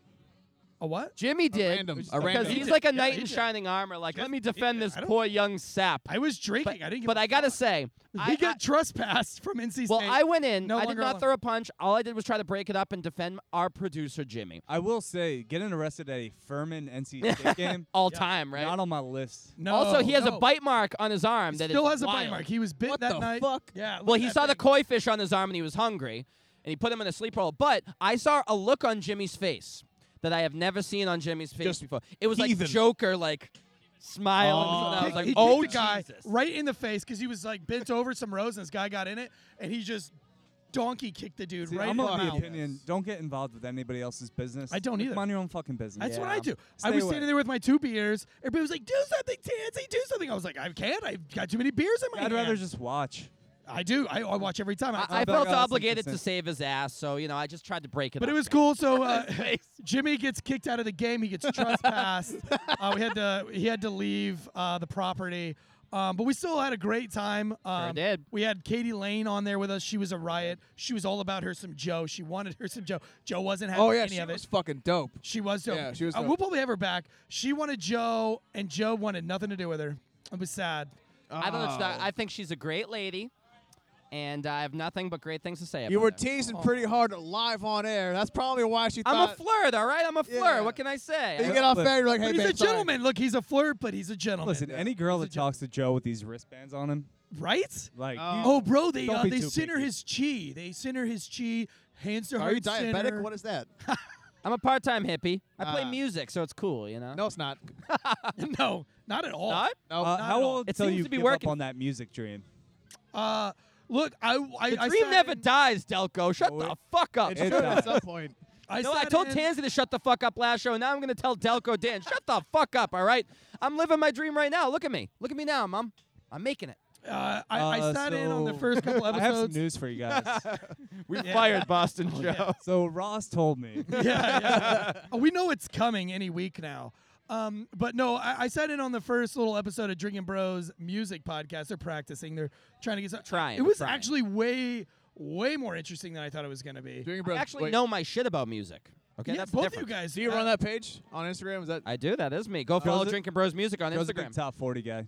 A: A what?
C: Jimmy did
B: random- a
C: because
B: random.
C: he's
A: He
C: like a
A: did. Yeah,
C: knight
A: he
C: in
A: did.
C: shining armor. Like, let me
A: he
C: defend
A: did.
C: this
A: I don't-
C: poor young sap.
A: I was
C: but,
A: drinking. I didn't. Give
C: but
A: a
C: I gotta say,
A: He
C: I, I,
A: got trespassed from NC State.
C: well, I went in.
A: No
C: I did
A: longer
C: not
A: allowed.
C: throw a punch. All I did was try to break it up and defend our producer Jimmy.
D: I will say, getting arrested at a Furman NC State game,
C: All time, right?
D: not on my list.
A: No,
C: also, he has a
A: no.
C: bite mark on his arm
A: He
C: that is
A: still has a
C: wild.
A: bite mark. He was bit that
B: the
A: night.
B: fuck?
A: Yeah. look
C: Well,
A: at
C: he
A: that
C: saw the
A: thing.
C: koi fish on his arm and he was hungry, and he put him in a sleep roll. But I saw a look on Jimmy's face that I have never seen on Jimmy's face
B: Just
C: before. It was like
B: heathen.
C: Joker, like smile. and I was
A: He-
C: like,
A: he
C: oh
A: kicked the guy
C: Jesus.
A: right in the face because he was like bent over some rows and this guy got in it and he just donkey kicked the dude
D: See,
A: right
D: I'm
A: in
D: of
A: the
D: the
A: mouth.
D: opinion: don't get involved with anybody else's business.
A: I don't either.
D: Mind your own fucking business.
A: That's what I do. I
D: Stay
A: was
D: away.
A: standing there with my two beers. Everybody was like, "Do something, Tansy! Do something!" I was like, "I can't. I've got too many beers in my
D: I'd rather
A: hand."
D: just watch.
A: I do. I, I watch every time.
C: I, I
D: I'll back
C: felt
D: out of this
C: obligated to
D: 100%.
C: save his ass, so you know I just tried to break it.
A: But
C: up.
A: it was cool. So uh, Jimmy gets kicked out of the game. He gets trespassed. uh, we had to he had to leave uh, the property. Um, but we still had a great time. Um,
C: did.
A: We had Katie Lane on there with us. She was a riot. She was all about her some Joe. She wanted her some Joe. Joe wasn't having
B: Oh yeah,
A: any
B: she
A: of it.
B: was fucking dope.
A: she was dope.
B: Yeah, she was
A: Uh,
B: dope.
A: we'll probably have her back. She wanted Joe, and Joe wanted nothing to do with her. It was sad. Oh.
C: I don't know. it's not- I think she's a great lady. and I have nothing but great things to say about
B: You were
C: her.
B: teasing pretty hard live on air. That's probably why she
C: Oh. I'm a
B: thought.
C: flirt, all right? I'm a flirt.
B: Yeah.
C: What can I say?
B: You
C: I-
B: get off air, you're like, hey,
A: But he's
B: babe,
A: a gentleman. Look, he's a flirt, but he's a gentleman.
D: Listen, any girl that talks to Joe with these wristbands on him,
A: right?
D: like, you-
A: Oh, bro, they
D: Don't
A: uh,
D: be
A: they
D: too
A: center
D: picky.
A: his chi. They center his chi. Hands to
G: Are
A: heart
G: you diabetic?
A: center.
G: What is that?
C: I'm a part-time hippie. I play
B: Ah.
C: music, so it's cool, you know.
B: No, it's not.
A: no, not at all.
C: Not?
B: No.
D: uh, how
A: at all.
D: old
C: It
D: till
C: seems
D: you
C: to be
D: give
C: working.
D: up on that music dream?
A: Uh, look, I I,
C: The
A: I
C: dream
A: sat
C: never
A: in-
C: dies, Delco. Shut
D: No,
C: the
D: it-
C: fuck up.
D: It's
B: Sure,
D: not.
B: at some point.
A: I
C: no, I
A: sat
C: told
A: in-
C: Tansy to shut the fuck up last show. and Now I'm gonna tell Delco Dan, shut the fuck up, all right? I'm living my dream right now. Look at me. Look at me now, mom. I'm making it.
A: Uh, I, I
D: Uh,
A: sat in on the
D: so-
A: first couple
D: I have some
A: episodes.
D: news for you guys.
C: We
A: Yeah.
C: fired Boston Joe.
D: so Ross told me.
A: yeah, yeah. Oh, we know it's coming any week now. Um, but no, I, I sat in on the first little episode of Drinking Bros music podcast. They're practicing. They're trying to get some,
C: Trying,
A: It was
C: trying.
A: actually way, way more interesting than I thought it was going to be.
B: Drinking
C: I
B: Bros.
C: actually
B: Wait,
C: know my shit about music. Okay,
A: yeah,
C: that's the
A: both of you
C: difference.
A: guys.
B: Do you
A: uh,
B: run that page on Instagram? Is that
C: I do. That is me. Go follow
D: it-
C: Drinking Bros Music on
D: Joe's a
C: Instagram.
D: big top 40 guy.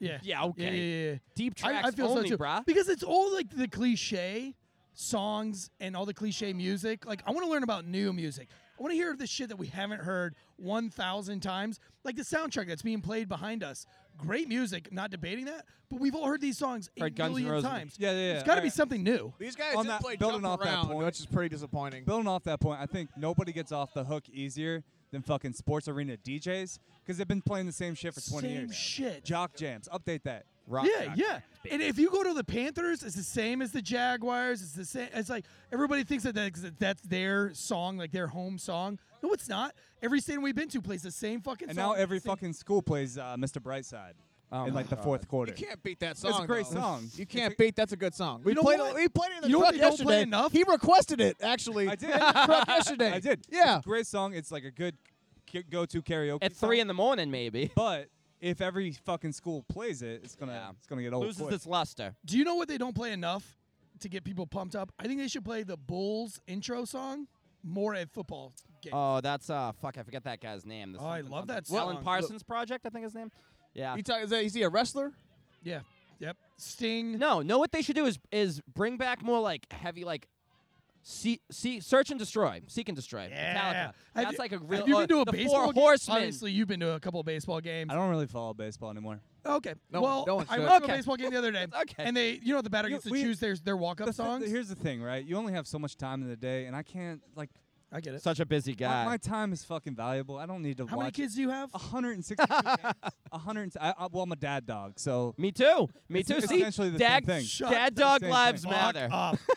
A: Yeah.
C: Yeah, okay.
A: Yeah, yeah, yeah.
C: Deep
A: I-
C: tracks
A: I, feel
C: only,
A: so too.
C: brah.
A: Because it's all like the cliche songs and all the cliche music. Like I want to learn about new music. I want to hear the shit that we haven't heard 1,000 times. Like the soundtrack that's being played behind us. Great music, not debating that, but we've all heard these songs a
C: Heard Guns N'
A: million
C: Roses.
A: times.
D: Yeah, yeah,
A: It's
D: yeah.
A: got to be
D: Alright.
A: something new.
B: these guys
D: On
B: did
D: that-
B: play
D: building
B: jump
D: off that
B: around,
D: point.
B: which is pretty disappointing.
D: Building off that point, I think nobody gets off the hook easier than fucking sports arena DJs because they've been playing the same shit for 20
A: Same
D: years.
A: shit.
D: Jock jams. Update that.
C: Rock
A: Yeah,
C: Jock.
A: yeah. And if you go to the Panthers, it's the same as the Jaguars. It's the same. It's like everybody thinks that that's, that that's their song, like their home song. No, it's not. Every stadium we've been to plays the same fucking
D: And
A: song.
D: now every
A: same-
D: fucking school plays uh, Mr. Brightside
C: Oh
D: in
C: my
D: like the
C: God.
D: fourth quarter.
B: You can't beat that song.
D: It's a great
B: though.
D: song.
B: You can't beat. That's a good song. We
A: know
B: played.
A: what?
B: It, we played it in the
A: You know
B: truck
A: what they don't
B: yesterday.
A: play enough?
B: He requested it actually.
D: I did.
B: in the truck yesterday.
D: I did.
B: Yeah.
D: It's a great song. It's like a good ki- go-to karaoke.
C: At three
D: song.
C: in the morning, maybe.
D: But if every fucking school plays it, it's gonna
C: Yeah.
D: it's gonna get old.
C: Loses
D: quick.
C: its luster.
A: Do you know what they don't play enough to get people pumped up? I think they should play the Bulls intro song more at football games.
C: Oh, that's uh, fuck. I forget that guy's name. The
A: Oh, I
C: something-
A: love that
C: something- Alan
A: song.
C: Parsons Project, I think his name. Yeah.
B: You talk, is, that, is he a wrestler?
A: yeah. Yep. Sting.
C: No, no. What they should do is is bring back more like heavy like. See, see, search and destroy, seek and destroy.
A: Yeah.
C: Metallica.
A: Have
C: That's
A: you-
C: like a real.
A: Have you
C: uh,
A: been to a
C: the
A: baseball
C: Four
A: game?
C: Horsemen.
A: Obviously, you've been to a couple baseball games. Oh,
D: I don't really follow baseball anymore.
A: Okay.
B: No one-
A: well,
B: no one
A: I
B: should.
A: went to
C: Okay.
A: a baseball game the other day,
C: Okay.
A: and they, you know, the batter
D: You-
A: gets to
D: we-
A: choose their their walk up
D: The thi-
A: songs.
D: here's the thing, right? You only have so much time in the day, and I can't like
A: I get it.
C: Such a busy
D: my-
C: guy.
D: my, time is fucking valuable. I don't need to
A: How many
D: watch.
A: kids do you have?
D: 162 games. 100. I, I, well, I'm a dad dog, so
C: Me too. Me too.
D: it's
C: See,
D: essentially the same
C: dad,
D: thing.
A: Shut
C: dad
A: the
C: dog
D: same
C: lives
D: thing.
C: matter.
A: up.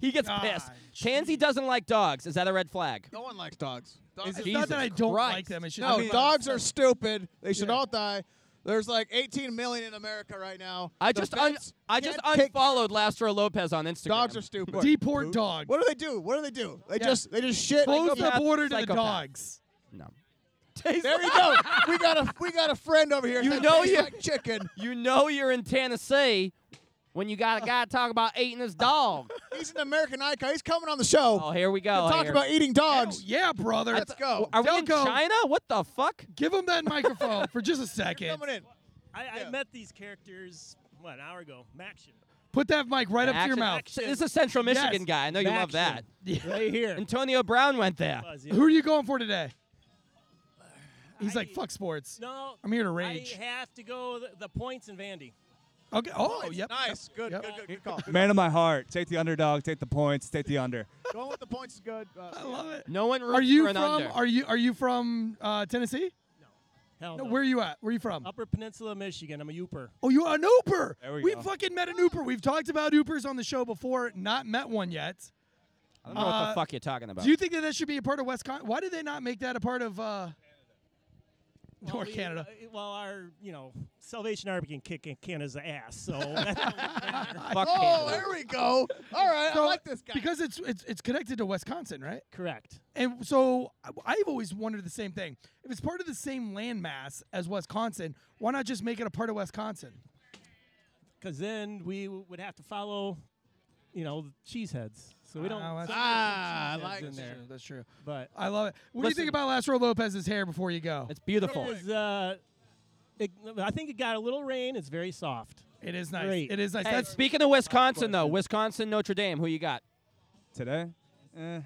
C: He gets
A: God,
C: pissed. Tansy doesn't like dogs. Is that a red flag?
B: No one likes dogs. dogs
A: Uh, It's
B: are-
A: not that I don't
C: Christ.
A: like them. It's just
B: no,
A: I mean,
B: dogs are stupid. They should
A: Yeah.
B: all die. There's like 18 million in America right now.
C: I
B: The
C: just un-
B: feds
C: I just
B: can't kick-
C: unfollowed Lastro Lopez on Instagram.
B: Dogs are stupid.
A: deport dogs.
B: What do they do? What do they do? They
A: Yeah.
B: just they just shit.
A: Close the
C: psychopath-
A: border to the
C: psychopath.
A: dogs.
C: no.
B: There you go. We got a we got a friend over here.
C: You
B: that
C: know
B: tastes
C: you-
B: like chicken.
C: You know you're in Tennessee when you got a guy talking about eating his dog.
B: He's an American icon. He's coming on the show.
C: Oh, here we go.
B: to talk
C: here.
B: about eating
A: Hell
B: dogs.
A: yeah, brother.
B: Let's go.
C: Are we in
A: Delco.
C: China? What the fuck?
A: Give him that microphone for just a second.
B: Coming in.
K: I,
B: Yeah.
K: I met these characters what an hour ago. Maxion.
A: Put that mic right up to your
C: Action-
A: mouth.
C: S- This is a Central
A: Yes.
C: Michigan guy. I know you love that.
K: Action. Right here.
C: Antonio Brown went there.
K: Was, yeah.
A: Who are you going for today? He's like,
K: I-
A: fuck sports.
K: No,
A: I'm here to rage.
K: I have to go the, the points in Vandy.
A: Okay. Oh, yep.
B: Nice. Good,
A: Yep.
B: good. Good. Good call.
D: man of my heart. Take the underdog. Take the points. Take the under.
B: Going with the points is good. Uh,
A: I love it.
C: No one roots
A: Are you
C: for an
A: from?
C: under.
A: Are you are you from uh, Tennessee?
K: Hell
A: No,
K: no.
A: where are you at? Where are you from?
K: Upper Peninsula, Michigan. I'm a Uper.
A: Oh, you are an Uber.
D: There we go.
A: fucking met an Uber. We've talked about Ubers on the show before. Not met one yet.
C: I don't know what the
A: uh,
C: fuck you're talking about.
A: Do you think that that should be a part of Wisconsin? Why did they not make that a part of? Uh, or
K: we-
A: Canada.
K: uh, well, our you know Salvation Army can kick Canada's ass. So that's-
C: fuck
B: oh,
C: Canada.
B: there we go. All right. I
A: So,
B: like this guy.
A: because it's it's it's connected to Wisconsin, right?
K: correct.
A: And so I- I've always wondered the same thing. If it's part of the same landmass as Wisconsin, why not just make it a part of Wisconsin?
K: Because then we w- would have to follow, you know, the cheeseheads. So we don't.
A: Ah, that's-
K: so
B: Ah, I
K: there's
B: like
K: in
B: this
K: there.
A: That's true.
K: But
A: I love it. What do you
K: Listen.
A: think about Lastro Lopez's hair before you go?
C: It's beautiful.
K: It is, uh, it- I think it got a little rain. It's very soft.
A: It is nice.
C: Great.
A: It is nice.
C: Hey,
A: That's
C: speaking of Wisconsin, though, Wisconsin Notre Dame, who you got
D: today? Eh,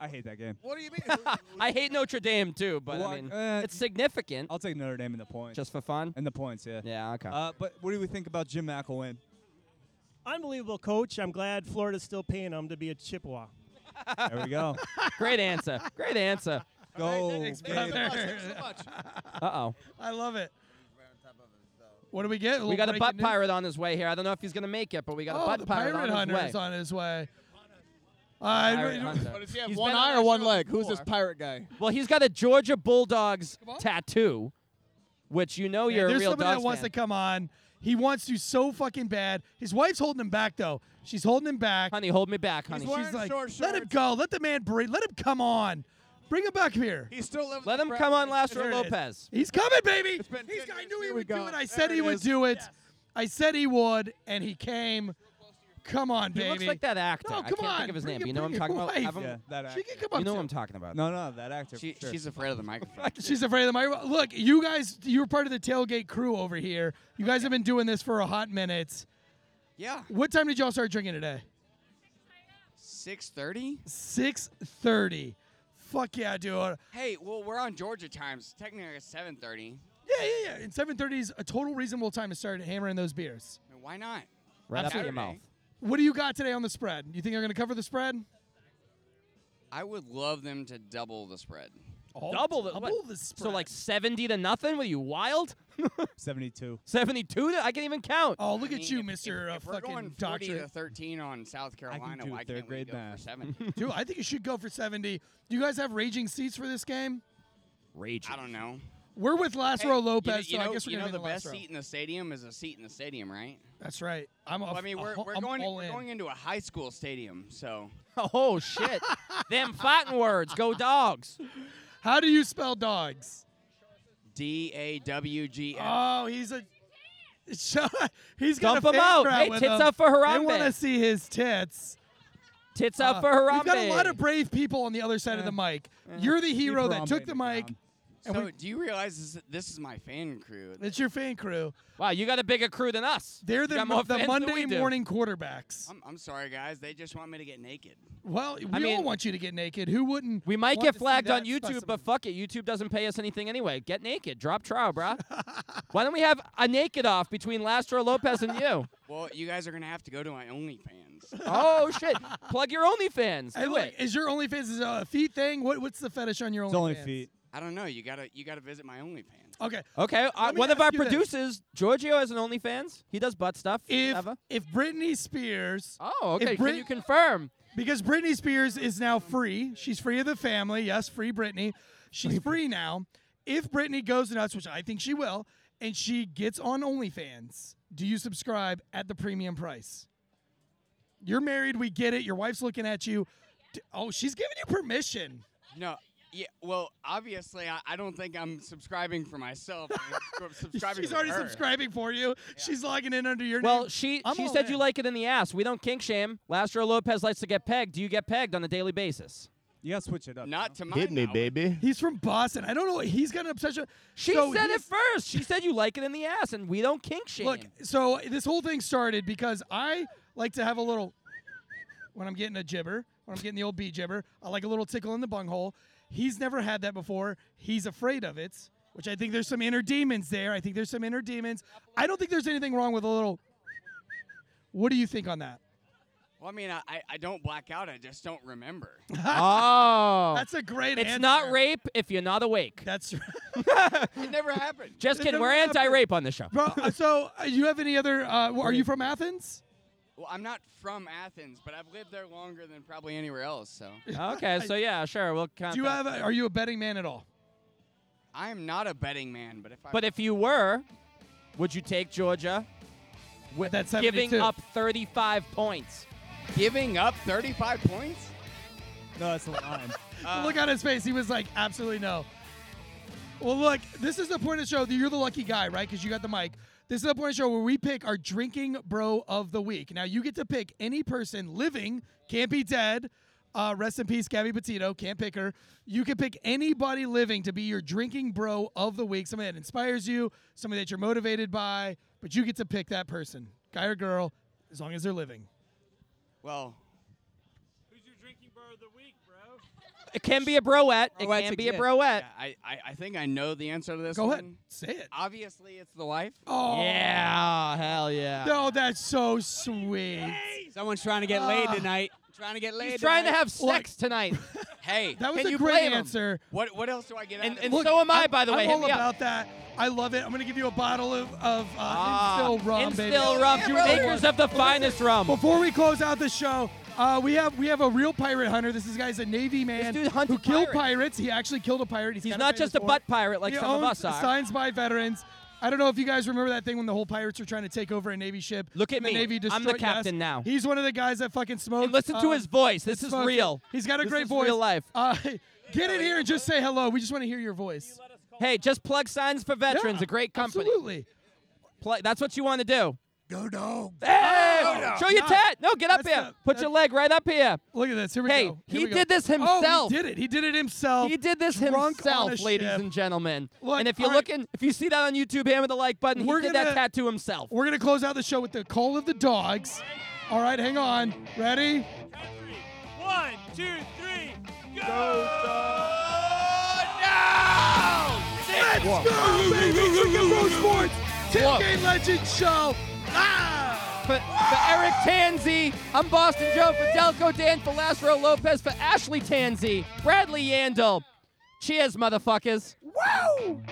D: I hate that game.
C: What do you mean? I hate Notre Dame too, but
D: Well,
C: I mean,
D: eh,
C: it's significant.
D: I'll take Notre Dame in the points.
C: Just for fun?
D: In the points, yeah.
C: Yeah, okay.
D: Uh, but what do we think about Jim McElwain?
K: Unbelievable coach. I'm glad Florida's still paying him to be a Chippewa.
D: There we go.
C: Great answer. Great answer.
D: Go.
C: Uh oh.
A: I love it. What do we get?
C: We
A: little
C: got a
A: breaking
C: butt
A: news?
C: pirate on his way here. I don't know if he's gonna make it, but we got a
A: Oh,
C: butt
A: the
C: pirate,
A: pirate
C: on
A: hunter
C: his way.
A: is on his way. I
C: Pirate hunter.
B: But does he have
C: He's
B: one
C: been
B: eye
C: on
B: or
C: our
B: one
C: show
B: leg? Who's this
C: before.
B: pirate guy?
C: Well, he's got a Georgia Bulldogs tattoo, which you know
A: Yeah,
C: Oh, you're a
A: there's
C: real
A: somebody
C: Dogs
A: that wants
C: fan.
A: to come on. He wants to so fucking bad. His wife's holding him back though. She's holding him back.
C: Honey, hold me back, honey.
A: She's like, let him go. Let the man breathe. Let him come on. Bring him back here.
B: He's still living.
C: Let him come on, Lastro
A: There it is.
C: Lopez.
A: He's coming, baby.
B: It's been
A: He's,
B: 10
A: I
B: years.
A: knew he
B: Here we
A: would do
B: go.
D: Oh,
A: it. I said
B: There
A: he
B: it
A: would
B: is.
A: do it. I said he would, and he came. Come on,
C: He
A: baby.
C: looks like that actor.
A: No,
C: I
A: come
C: can't
A: on.
C: think of his
A: Bring
C: name.
A: it-
C: You know what I'm
A: bring
C: talking
A: your
C: about?
A: wife.
C: Have him-
D: Yeah, that
A: She can come up
C: You know
A: to
C: what I'm talking about.
D: No, no, that actor.
L: She,
D: for sure.
L: She's afraid of the microphone.
A: She's afraid of the mic. Look, you guys, you were part of the tailgate crew over here. You guys have been doing this for a hot minute.
L: Yeah.
A: What time did y'all start drinking today?
L: Six thirty.
A: Six thirty. Fuck yeah, dude. Yeah,
L: Hey, well, we're on Georgia times. Technically, it's seven thirty.
A: yeah, yeah. And seven thirty is a total reasonable time to start hammering those beers.
L: Why not?
C: Right up in your
L: Saturday.
C: mouth.
A: What do you got today on the spread? You think they're gonna cover the spread?
L: I would love them to double the spread.
C: double the,
A: double
C: what?
A: the
C: So like 70 to nothing? Were you wild?
D: 72.
C: 72 to I can't even count.
A: Oh, look
L: I
A: at
L: mean,
A: you,
L: if-
A: Mister
L: if,
A: uh,
L: if we're going
A: Fucking
L: 40
A: Doctor.
L: to thirteen on South Carolina,
D: do
L: why
D: third
L: can't
D: grade
L: we go
D: math.
L: for seven?
A: Dude, I think you should go for seventy. Do you guys have raging seats for this game?
C: Raging.
L: I don't know.
A: We're with Last Row Lopez,
L: you know,
A: so I guess we're
L: you know
A: gonna
L: the
A: be in last
L: best
A: row.
L: seat in the stadium is a seat in the stadium, right?
A: That's right. I'm. a-
L: Well, I mean,
A: a
L: we're,
A: ho-
L: we're
A: I'm
L: going
A: all
L: we're
A: in.
L: going into a high school stadium, so
C: Oh shit. Them fighting words. Go dogs.
A: How do you spell dogs?
L: D A W G F.
A: Oh, he's a. he's got
C: Dump
A: a
C: him
A: fan
C: out.
A: crowd
C: Hey,
A: with
C: tits
A: him.
C: out for
A: They want to
C: Harambe.
A: see his tits.
C: Tits out
A: Uh,
C: for Harambe.
A: We've got a lot of brave people on the other side of the mic. You're the hero that took the mic.
L: So,
A: and we-
L: do you realize this, this is my fan crew?
A: It's your fan crew.
C: Wow, you got a bigger crew than us.
A: They're
C: You
A: the,
C: got more
A: the
C: fans than we
A: Monday
C: do.
A: morning quarterbacks.
L: I'm, I'm sorry, guys. They just want me to get naked.
A: Well, we all
C: mean-
A: want you to get naked. Who wouldn't?
C: We might
A: want
C: get
A: to see
C: flagged
A: that
C: on YouTube,
A: specimen?
C: but fuck it. YouTube doesn't pay us anything anyway. Get naked. Drop trial, bruh. Why don't we have a naked off between Lastro Lopez and you?
L: Well, you guys are gonna have to go to my OnlyFans.
C: Oh shit. Plug your OnlyFans.
A: Hey,
C: Do
A: look,
C: it.
A: is your OnlyFans is it a feet thing? What what's the fetish on your OnlyFans?
D: It's only feet.
L: I don't know. You gotta you gotta visit my OnlyFans.
A: Okay.
C: Okay, uh,
A: Let me
C: one of
A: ask
C: our
A: you this.
C: producers, Giorgio, has an OnlyFans. He does butt stuff.
A: If
C: whatever.
A: if Britney Spears
C: oh,
A: if
C: okay. Can
A: Brit-
C: you confirm?
A: because Britney Spears is now free. She's free of the family. Yes, free Britney. She's free now. If Britney goes nuts, which I think she will, and she gets on OnlyFans, do you subscribe at the premium price? You're married. We get it. Your wife's looking at you. D- Oh, she's giving you permission.
L: No. Yeah. Well, obviously, I, I don't think I'm subscribing for myself. I'm subscri- subscribing.
A: She's
L: for
A: already
L: her.
A: subscribing for you. She's logging in under your name.
C: Well, she
A: I'm
C: she
A: all
C: said you
A: in.
C: like it in the ass. We don't kink shame. Lastro Lopez likes to get pegged. Do you get pegged on a daily basis?
D: You gotta switch it up.
L: Not to my
H: Hit me,
L: knowledge.
H: baby.
A: He's from Boston. I don't know. He's got an obsession.
C: She
A: So
C: said it
A: he's-
C: first. She said you like it in the ass, and we don't kink shame.
A: Look, so this whole thing started because I like to have a little when I'm getting a jibber, when I'm getting the old bee jibber. I like a little tickle in the bunghole. He's never had that before. He's afraid of it, which I think there's some inner demons there. I think there's some inner demons. I don't think there's anything wrong with a little. What do you think on that?
L: Well, I mean, I, I- I don't black out. I just don't remember.
C: oh,
A: That's a great.
C: it's
A: answer.
C: not rape if you're not awake.
A: That's
L: it never happened.
C: Just
A: it
C: kidding.
A: never
C: We're
A: happened.
C: anti-rape on the show.
A: bro. uh, So uh, you have any other? Uh, wh- are you from Athens?
L: Well, I'm not from Athens, but I've lived there longer than probably anywhere else. So
C: okay, so yeah, sure. We'll count.
A: Do you
C: that.
A: have? A, are you a betting man at all?
L: I am not a betting man, but if I
C: But if you were, would you take Georgia?
A: With that
C: Giving
A: 72?
C: up 35 points.
L: giving up 35 points,
D: No, that's a line.
L: uh,
C: Um,
A: look at his face. He was like, absolutely no. Well, look, this is the point of the show that you're the lucky guy, right? Because you got the mic. This is the point of the show where we pick our drinking bro of the week. Now, you get to pick any person living, can't be dead. Uh, rest in peace, Gabby Petito. Can't pick her. You can pick anybody living to be your drinking bro of the week. Somebody that inspires you, somebody that you're motivated by, But you get to pick that person, guy or girl, as long as they're living.
L: Well,
C: It can be a broette. It
L: Broette's
C: can
L: a
C: be a
L: gift.
C: broette.
L: Yeah, I, I, I think I know the answer to this.
C: Go
L: one.
C: ahead. Say it.
L: Obviously, it's the wife.
A: Oh.
C: Yeah, Ah, hell yeah.
A: No, that's so sweet. Ah.
L: Someone's trying to get laid
C: Ah.
L: tonight. Trying to get laid.
C: He's trying to
L: tonight.
C: have sex tonight.
L: Hey,
A: That was
C: Can
A: a
C: you
A: great
C: blame him?
A: answer.
L: What what else do I get? out
C: And,
L: of
C: and
L: this?
C: so am I,
A: I'm-
C: by the way.
A: I'm
C: Hit
A: all
C: me up.
A: about that. I love it. I'm gonna give you a bottle of of uh,
C: Ah,
A: Instill rum, baby.
C: Instill rum, you makers of the finest rum.
A: Before we close out the show, uh, we have we have a real pirate hunter. This is guy's a Navy man
C: dude
A: who
C: hunted
A: killed
C: pirates.
A: pirates. He actually killed a pirate. He's,
C: He's
A: kinda
C: not
A: famous
C: just a
A: for
C: butt
A: it.
C: pirate like
A: He
C: some of
A: owns
C: us are.
A: Signs by veterans. I don't know if you guys remember that thing when the whole pirates were trying to take over a Navy ship.
C: Look at
A: and the
C: me.
A: Navy
C: I'm the
A: destroyed- yes.
C: captain now.
A: He's one of the guys that fucking smoked.
C: And listen to
A: uh,
C: his voice. This
A: that
C: is
A: smoked.
C: real.
A: He's got a
C: This
A: great
C: is
A: voice.
C: real life.
A: Uh, get in here and just say hello. We just want to hear your voice.
C: Hey, just plug Signs for Veterans, a great company.
A: Absolutely.
C: Plug, that's what you want to do.
A: Go dogs.
C: Hey,
A: Go dogs.
C: show your
A: Nice.
C: tat. No, get up
A: That's
C: here.
A: the-
C: Put your leg right up here.
A: Look at this. Here we
C: hey,
A: go. Here
C: he
A: we go.
C: did this himself.
A: Oh, he did it. He did it himself.
C: He did this
A: drunk on
C: himself,
A: a
C: ladies
A: ship.
C: and gentlemen.
A: Look,
C: and if you're
A: all right.
C: looking, if you see that on YouTube, hammer the like button.
A: We're
C: he did
A: gonna-
C: that tattoo himself.
A: We're gonna close out the show with the call of the dogs. All right, hang on. Ready?
M: One, two, three, go!
A: Let's go, baby. It's the Pro Sports Ten Game Legend Show.
C: For, for Eric Tanzi, I'm Boston Joe. For Delco Dan, for Lazaro Lopez, for Ashley Tanzi, Bradley Yandel. Cheers, motherfuckers.
A: Woo!